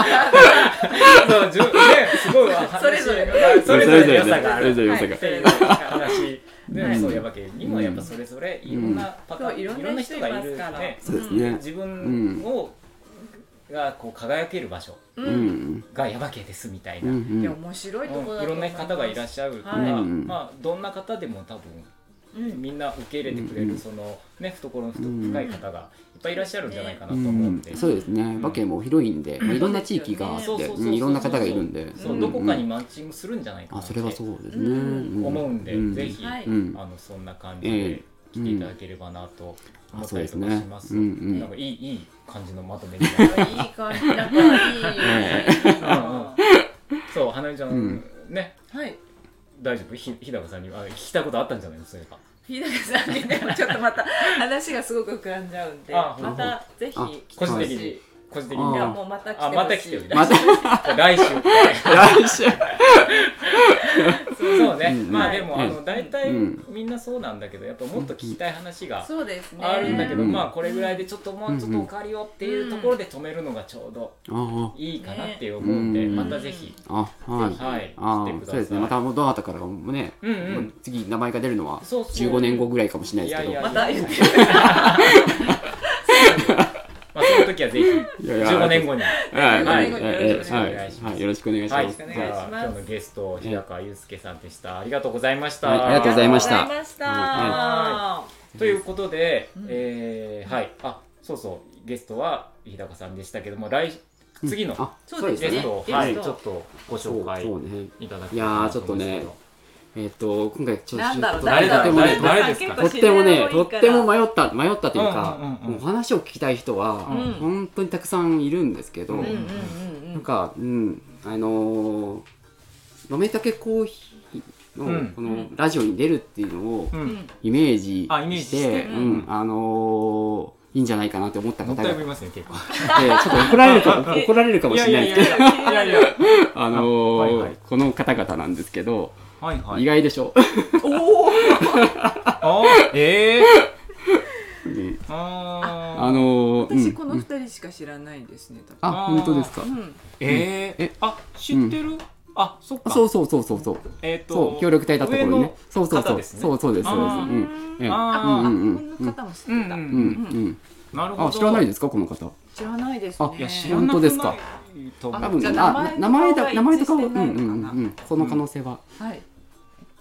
Speaker 1: そう順ねすごいわ話
Speaker 2: それぞれ
Speaker 1: がそれぞれの良さがあ
Speaker 3: それ
Speaker 1: る
Speaker 3: ぞれの良さが
Speaker 1: っていう話で、
Speaker 2: はい
Speaker 1: そうやばけにもやっぱそれぞれいろんなパターン、
Speaker 2: そういろんな人いますから
Speaker 1: ね
Speaker 3: そうですね。
Speaker 1: 自分を、がこう輝ける場所
Speaker 2: う
Speaker 3: うんん、
Speaker 1: がやばけですみたい
Speaker 3: うん、う
Speaker 1: な、
Speaker 2: い
Speaker 3: ん
Speaker 2: や面白いとこ
Speaker 1: う
Speaker 2: だ
Speaker 1: んい
Speaker 2: と
Speaker 1: ろ
Speaker 2: 思
Speaker 1: ん
Speaker 2: いま
Speaker 1: な
Speaker 2: す
Speaker 1: 方がいらっしゃるから、
Speaker 2: はい
Speaker 3: うん
Speaker 1: まあ、どんな方でも多分
Speaker 2: うん
Speaker 1: みんな受け入れてくれ
Speaker 3: う
Speaker 1: る
Speaker 3: ん
Speaker 1: その、ね、懐の
Speaker 3: うん
Speaker 1: 深い方がいっぱいいらっしゃるんじゃないかな
Speaker 3: う
Speaker 1: と思うん
Speaker 3: ん
Speaker 1: で、、
Speaker 3: そうですね。馬券も広いんで、まあ、いろんな地域があって、
Speaker 1: そうそうそう
Speaker 3: う
Speaker 1: そうん
Speaker 3: いろんな方がいるんで、
Speaker 1: そううんどこかにマッチングするんじゃないかな
Speaker 3: あ
Speaker 1: っ
Speaker 3: そ
Speaker 1: て
Speaker 3: れはそうですね。
Speaker 2: うん
Speaker 1: 思うんで、
Speaker 3: ん
Speaker 1: ぜひ、
Speaker 2: はい
Speaker 3: うん
Speaker 1: あのそんな感じで来ていただければなと思っ
Speaker 3: あそう
Speaker 1: た
Speaker 3: で
Speaker 1: り
Speaker 3: す
Speaker 1: とか
Speaker 3: ね
Speaker 1: しま。す。
Speaker 3: うん、うん
Speaker 1: なんかいいいい感じのまとめにな
Speaker 3: [LAUGHS]
Speaker 1: る
Speaker 2: いい感じだからいい
Speaker 1: うんそう花江ちゃん、
Speaker 3: うん
Speaker 1: ね
Speaker 2: はい
Speaker 1: 大丈夫ひ日高さんにあ聞きたいことあったんじゃないですか
Speaker 2: 日高さんにでもちょっとまた話がすごく膨らんじゃうんで
Speaker 1: あ
Speaker 2: またぜひ
Speaker 3: あ
Speaker 2: 来て
Speaker 1: 個
Speaker 2: ほ
Speaker 1: 人
Speaker 2: し
Speaker 1: 的
Speaker 2: い
Speaker 1: に個人的
Speaker 2: い
Speaker 1: に
Speaker 2: や
Speaker 3: あ
Speaker 2: もうまた来てほし
Speaker 1: あ
Speaker 2: い
Speaker 1: また来てる
Speaker 3: ま
Speaker 1: [LAUGHS]
Speaker 3: た、
Speaker 1: 来週
Speaker 3: [LAUGHS] 来週。
Speaker 1: そうね、
Speaker 3: うん
Speaker 1: まあでも、
Speaker 3: うん
Speaker 1: あの大体
Speaker 3: うん
Speaker 1: みんなそうなんだけどやっぱもっと聞きたい話が
Speaker 2: そうですね
Speaker 1: あるんだけど、
Speaker 3: うん
Speaker 1: まあこれぐらいでちょっとも
Speaker 3: う
Speaker 1: うんちょっとお借りをっていうところで止めるのがちょうど
Speaker 3: あ
Speaker 1: いいかなって思うんで、
Speaker 3: うん
Speaker 1: またぜひ、
Speaker 3: あ、あ、はい。
Speaker 1: はい
Speaker 3: あ
Speaker 1: 来てください
Speaker 3: あ、そうですね。またもうどなたからもね、
Speaker 1: うんうん
Speaker 3: もう次名前が出るのは
Speaker 1: そうそう
Speaker 3: 15年後ぐらいかもしれない
Speaker 1: い
Speaker 3: です
Speaker 1: や
Speaker 3: け
Speaker 1: い
Speaker 3: ど。
Speaker 1: や
Speaker 2: また言って
Speaker 1: まあその時はぜひ
Speaker 3: いやいや
Speaker 1: 15年後に
Speaker 3: はい
Speaker 1: はい
Speaker 3: はい
Speaker 1: よろしくお願い
Speaker 3: はい
Speaker 1: します
Speaker 3: はいよろしくお願いし
Speaker 1: は
Speaker 3: ま
Speaker 1: い、
Speaker 3: す。
Speaker 1: じ
Speaker 2: お願いしま
Speaker 1: ゃ
Speaker 2: す
Speaker 1: あ今日のゲスト日高祐介さんでしたありがとうございました、
Speaker 3: はいありがとうございました
Speaker 2: ありがとうございました
Speaker 1: はということで、えーはいあそうそうゲストは日高さんでしたけども来次の
Speaker 3: あ、
Speaker 2: そうですね
Speaker 1: ゲストを、はい、ち
Speaker 2: ゲスト
Speaker 1: ょっとご紹介
Speaker 3: そうそうね。
Speaker 1: いただき
Speaker 3: いやーちょっとねえっと今回ちょ
Speaker 4: なんだろう
Speaker 3: ちょっと
Speaker 1: 誰だ
Speaker 3: とてもね
Speaker 1: 誰だ誰ですか
Speaker 3: とってもねとっても迷った迷ったというか、
Speaker 1: うんうんうんうん
Speaker 3: もうお話を聞きたい人は、
Speaker 1: うん
Speaker 3: 本当にたくさんいるんですけど、
Speaker 1: うんうん
Speaker 2: うんう
Speaker 3: なんんかうんあのー豆たけコーヒーの、
Speaker 1: うん
Speaker 3: このラジオに出るっていうのを、
Speaker 1: う
Speaker 2: うんん
Speaker 3: イメージ
Speaker 1: あイメージ
Speaker 3: し
Speaker 1: して
Speaker 3: て、
Speaker 1: う
Speaker 3: うんん、あのーいいんじゃないかなって思った
Speaker 1: も
Speaker 3: 方
Speaker 1: った
Speaker 3: がい
Speaker 1: い
Speaker 3: て、
Speaker 1: ぶ
Speaker 3: ち
Speaker 1: いますね結構
Speaker 3: ょっと怒られ
Speaker 1: [LAUGHS]
Speaker 3: るか怒られるかもしれないですけど、
Speaker 1: いやいや
Speaker 3: あのー
Speaker 1: はいはい
Speaker 3: この方々なんですけど、
Speaker 1: はいは
Speaker 3: 意
Speaker 1: い
Speaker 3: 外でしょ。
Speaker 1: あーえ
Speaker 3: うん
Speaker 1: ー、あー
Speaker 3: あのー、
Speaker 2: 私
Speaker 3: うん
Speaker 2: この二人しか知らないですね多分
Speaker 3: あ
Speaker 1: あー
Speaker 3: 本当ですか。
Speaker 2: うん
Speaker 1: えー、え
Speaker 3: え
Speaker 1: あ知ってる、あそっか
Speaker 3: そうそうそうそうそう。
Speaker 1: えっ、と
Speaker 3: そう協力隊だった頃にね。そうそう
Speaker 1: 方
Speaker 3: そう。
Speaker 1: ですね
Speaker 3: そうそうですそうです。
Speaker 1: あー
Speaker 3: うん。ええ
Speaker 1: あー
Speaker 3: うんうん
Speaker 2: この方も知っ
Speaker 1: うん
Speaker 2: て
Speaker 1: う
Speaker 2: た
Speaker 3: うんうんん。
Speaker 1: なるほど
Speaker 3: あ知らないですかこの方。
Speaker 2: 知らないですね
Speaker 3: あ
Speaker 1: いや知ら
Speaker 3: 本
Speaker 1: な
Speaker 3: 当
Speaker 1: く
Speaker 3: ですか
Speaker 1: ないと思う
Speaker 3: 多分
Speaker 2: じゃあ
Speaker 3: な
Speaker 2: 名
Speaker 3: 名
Speaker 2: 前
Speaker 3: 前
Speaker 2: と顔が
Speaker 3: だ名前とか
Speaker 2: 一
Speaker 3: う
Speaker 2: 致し
Speaker 3: ん
Speaker 2: て
Speaker 3: う
Speaker 2: ない
Speaker 3: ん
Speaker 2: のかな
Speaker 3: うんその可能性は
Speaker 2: はい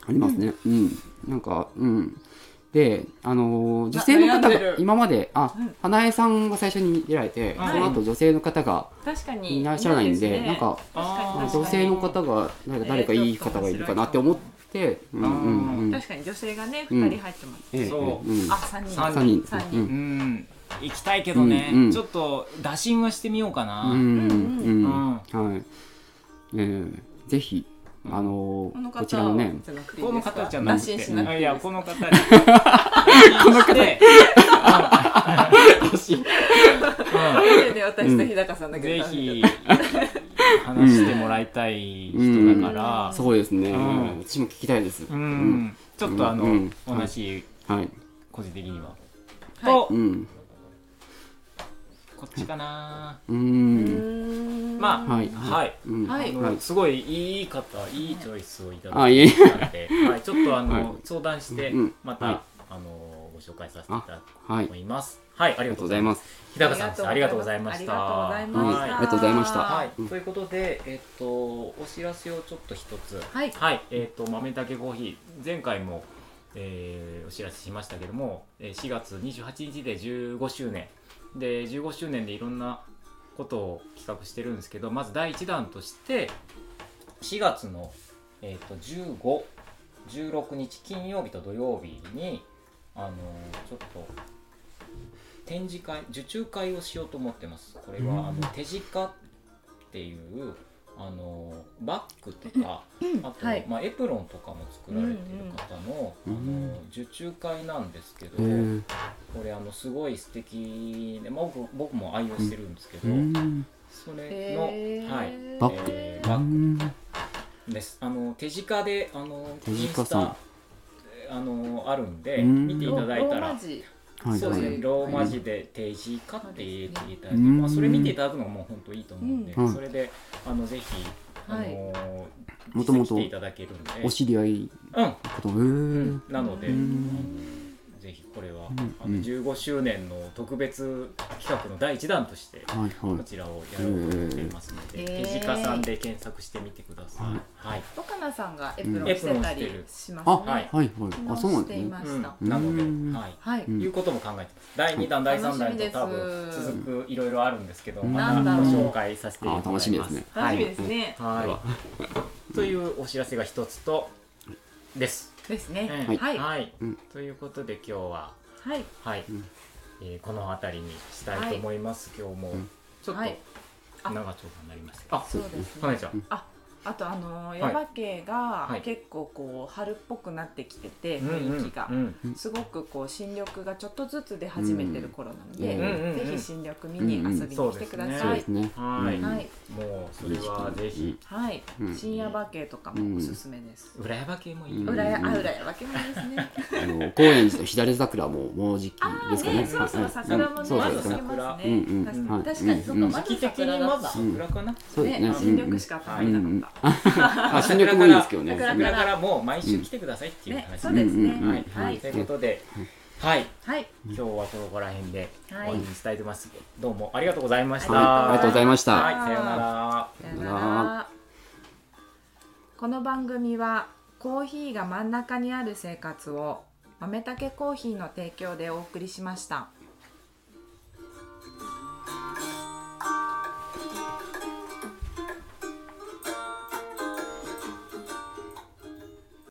Speaker 3: ありますね。うん。なんかうん。で、あのー女性の
Speaker 2: な悩ん
Speaker 3: 方
Speaker 2: でる
Speaker 3: が今まであ
Speaker 2: うん
Speaker 3: 花江さんが最初に出られて、そ
Speaker 1: はい
Speaker 3: の後女性の方が
Speaker 2: 確かに
Speaker 3: いらっしゃらないんで、なんか
Speaker 1: あー
Speaker 3: あ女性の方がなんか誰かいい方がいるかなって思って、うんうんうん。
Speaker 2: 確かに女性がね
Speaker 3: う
Speaker 2: 二
Speaker 3: ん
Speaker 2: 人入ってます、
Speaker 3: ええ
Speaker 1: そう
Speaker 3: ええうん
Speaker 2: あ三人
Speaker 1: 三
Speaker 3: 三人ですね
Speaker 2: 三
Speaker 3: う
Speaker 2: 人、
Speaker 1: うんん行きたいけどね、
Speaker 3: うんうん
Speaker 1: ちょっと打診はしてみようかな、
Speaker 3: うんうん
Speaker 1: うん
Speaker 3: はいええぜひああの
Speaker 2: この方
Speaker 3: こちらのね
Speaker 2: じゃなくてい
Speaker 1: こ
Speaker 2: い
Speaker 1: の
Speaker 2: ですか
Speaker 1: 方じゃな
Speaker 2: な
Speaker 1: くて
Speaker 2: しにしなくていいですか
Speaker 1: いやこ
Speaker 3: [LAUGHS]
Speaker 1: の方この方で
Speaker 3: しい
Speaker 2: でね私と日高さんだけ
Speaker 1: ぜ
Speaker 2: ど
Speaker 1: ひ話してもらいたい人だから、
Speaker 3: そうですね、
Speaker 1: うん
Speaker 3: 私も聞きたいです、
Speaker 1: うんちょっとあの、
Speaker 3: うん
Speaker 1: 同じ
Speaker 3: はい、
Speaker 1: 個人的には、
Speaker 2: はい
Speaker 1: と、
Speaker 3: うん
Speaker 1: こっちかな、
Speaker 3: うー
Speaker 2: うー
Speaker 3: ん
Speaker 2: ん
Speaker 1: まあ
Speaker 3: はい
Speaker 1: はい、
Speaker 3: うん
Speaker 2: は
Speaker 1: あ
Speaker 2: い
Speaker 1: の
Speaker 3: はい
Speaker 1: すごいいい方いいチョイスをいただ
Speaker 3: あいえ
Speaker 1: いたので、はい、ちょっとあの、
Speaker 3: はい
Speaker 1: 相談して
Speaker 3: うん
Speaker 1: また、
Speaker 3: はい
Speaker 1: あのご紹介させていただきた
Speaker 3: はい
Speaker 1: いと思いますはいあり
Speaker 3: あり
Speaker 1: が
Speaker 3: が
Speaker 1: とうご
Speaker 3: とうご
Speaker 1: ざ
Speaker 3: ざ
Speaker 1: い
Speaker 3: い
Speaker 1: ま
Speaker 3: ますす
Speaker 1: 日高さんでしたありがとうございました
Speaker 2: ありがとうございました、
Speaker 3: はいありがとうございました
Speaker 1: はい、
Speaker 3: うん
Speaker 1: ということで、えっと、お知らせをちょっと一つ、
Speaker 2: はい
Speaker 1: えっと、豆竹コーヒー、前回も、えーお知らせしましたけども、えー4月28日で15周年、で15周年でいろんなことを企画してるんですけど、まず第1弾として、4月の、えっと15、16日、金曜日と土曜日に、あのーちょっと展示会受注会をしようと思ってますこれはあの手近っていうあのバッグとかあと、
Speaker 2: はい
Speaker 1: まあ、エプロンとかも作られてる方の,、
Speaker 3: うん
Speaker 1: あの受注会なんですけど、
Speaker 3: えー
Speaker 1: これあのすごい素敵で、まあ、僕僕も愛用してるんですけど、
Speaker 3: うん
Speaker 1: それの、
Speaker 2: へー
Speaker 1: はい
Speaker 3: バッグ
Speaker 1: えー
Speaker 3: う
Speaker 1: バッグ
Speaker 3: ん
Speaker 1: ですあの手近であの
Speaker 3: 手近さん
Speaker 1: インスタあのあるんで
Speaker 3: うん
Speaker 1: 見ていただいたら
Speaker 3: はい
Speaker 1: そう
Speaker 3: は
Speaker 1: です
Speaker 3: い
Speaker 1: ね、ローマ字で定時化って入れていただいて、
Speaker 3: うん
Speaker 1: まあ、それ見ていただくのももう本当いいと思うんで、
Speaker 3: うん
Speaker 1: それであのぜひ、あの
Speaker 2: はい
Speaker 1: ー
Speaker 3: もとも
Speaker 1: 来
Speaker 3: と
Speaker 1: ていただけるんで、
Speaker 3: お知り合い
Speaker 1: うん、
Speaker 3: のこともえー
Speaker 1: なので、
Speaker 3: うん
Speaker 1: あのぜひこれは、
Speaker 3: ん
Speaker 1: あの15周年の特別企画の第一弾として、
Speaker 3: はいは
Speaker 1: こ
Speaker 3: い
Speaker 1: ちらをやろうと思っていますので、
Speaker 2: へー
Speaker 1: 手近さんで検索してみてください。
Speaker 3: はい
Speaker 1: はい、
Speaker 2: 岡菜さんがエ
Speaker 3: プ
Speaker 2: プ
Speaker 3: ロ
Speaker 2: ロ
Speaker 3: ン
Speaker 2: ン
Speaker 1: エ
Speaker 2: し
Speaker 1: プロ
Speaker 2: て
Speaker 1: ン
Speaker 2: た
Speaker 1: して
Speaker 2: り
Speaker 1: る
Speaker 2: しま
Speaker 3: あ
Speaker 2: す
Speaker 1: はい
Speaker 2: ね。
Speaker 3: はいはいあ
Speaker 2: 昨
Speaker 3: そうな
Speaker 2: 日し
Speaker 3: んで
Speaker 2: てい
Speaker 3: すね
Speaker 2: ま
Speaker 1: う
Speaker 2: し
Speaker 1: ん
Speaker 2: た。
Speaker 3: うん
Speaker 1: なので、はい、
Speaker 2: はい。
Speaker 3: ん
Speaker 1: いうことも考えてます。第2弾、第3弾と多分
Speaker 2: 楽しみです
Speaker 1: 続くいろいろあるんですけど、
Speaker 3: うん
Speaker 1: またご紹介させていただき
Speaker 3: あ
Speaker 1: ま
Speaker 3: 楽
Speaker 1: す。
Speaker 3: しみですね
Speaker 2: 楽しみですね。
Speaker 1: はい。というお知らせが一つとです。
Speaker 2: ですね。
Speaker 1: うん
Speaker 2: はい
Speaker 1: はい
Speaker 3: うん
Speaker 1: ということで今日は
Speaker 2: はい。
Speaker 1: はい、
Speaker 3: ん
Speaker 1: えーこの辺りにしたいと思います。今日も
Speaker 3: ん
Speaker 1: ちょっと
Speaker 2: はいあ
Speaker 1: 長丁場になりました。あ、
Speaker 2: そうです
Speaker 1: 花
Speaker 2: ね。
Speaker 1: 江ちゃん。
Speaker 4: ああとあの
Speaker 1: い
Speaker 4: 耶馬渓が
Speaker 1: はい
Speaker 4: 結構こう春っぽくなってきてて
Speaker 1: うんうん
Speaker 4: 雰囲気が
Speaker 1: う。ん
Speaker 4: すごくこう新緑がちょっとずつ出始めてる頃なので、
Speaker 3: うん
Speaker 1: うんうん
Speaker 4: ぜひ新緑見に遊びに来てください。
Speaker 3: そうですね
Speaker 1: はい
Speaker 3: うん
Speaker 4: はい、
Speaker 1: もうそれはぜひ、
Speaker 4: はい、
Speaker 3: うん
Speaker 4: 深夜馬景とかもおすすめです。
Speaker 1: 裏山系もいいよ。
Speaker 3: うん
Speaker 2: 裏や、あ、裏やわけもいいですね。
Speaker 3: あの高円寺と左桜ももうじき
Speaker 2: あ
Speaker 3: ですか
Speaker 2: ー
Speaker 3: ね
Speaker 2: ね、そろそろ桜も
Speaker 3: う
Speaker 2: ね、
Speaker 3: んそう
Speaker 2: ま
Speaker 3: で
Speaker 2: ず
Speaker 3: す
Speaker 2: 咲
Speaker 3: ね
Speaker 2: きます
Speaker 3: うんうん
Speaker 2: ね。
Speaker 3: はい
Speaker 2: 確かに、そうっ
Speaker 3: ん
Speaker 2: か、
Speaker 3: うん
Speaker 2: ま
Speaker 1: 時期
Speaker 2: ず
Speaker 1: 的
Speaker 2: 桜
Speaker 1: に
Speaker 2: だ
Speaker 1: ま
Speaker 2: っ
Speaker 1: ず
Speaker 2: た。
Speaker 1: 桜かな。
Speaker 3: そうですね
Speaker 2: ね、新緑しか食べなかった。
Speaker 3: あ新緑もいいですけどね
Speaker 1: 桜からからもう毎週来てくださいっていう
Speaker 2: ね
Speaker 1: 話、、
Speaker 2: そうです
Speaker 3: うんうんうん
Speaker 2: ね。
Speaker 1: は、
Speaker 2: はいい
Speaker 1: と。いうことで、はい、
Speaker 2: はい。
Speaker 1: 今日はここら辺で終
Speaker 2: はい
Speaker 1: わりにしたいと思います。どうもありがとうございました。
Speaker 3: はいありがとうございました
Speaker 1: はい、さようなら。
Speaker 2: さよなら。
Speaker 4: この番組はコーヒーが真ん中にある生活を豆たけコーヒーの提供でお送りしました。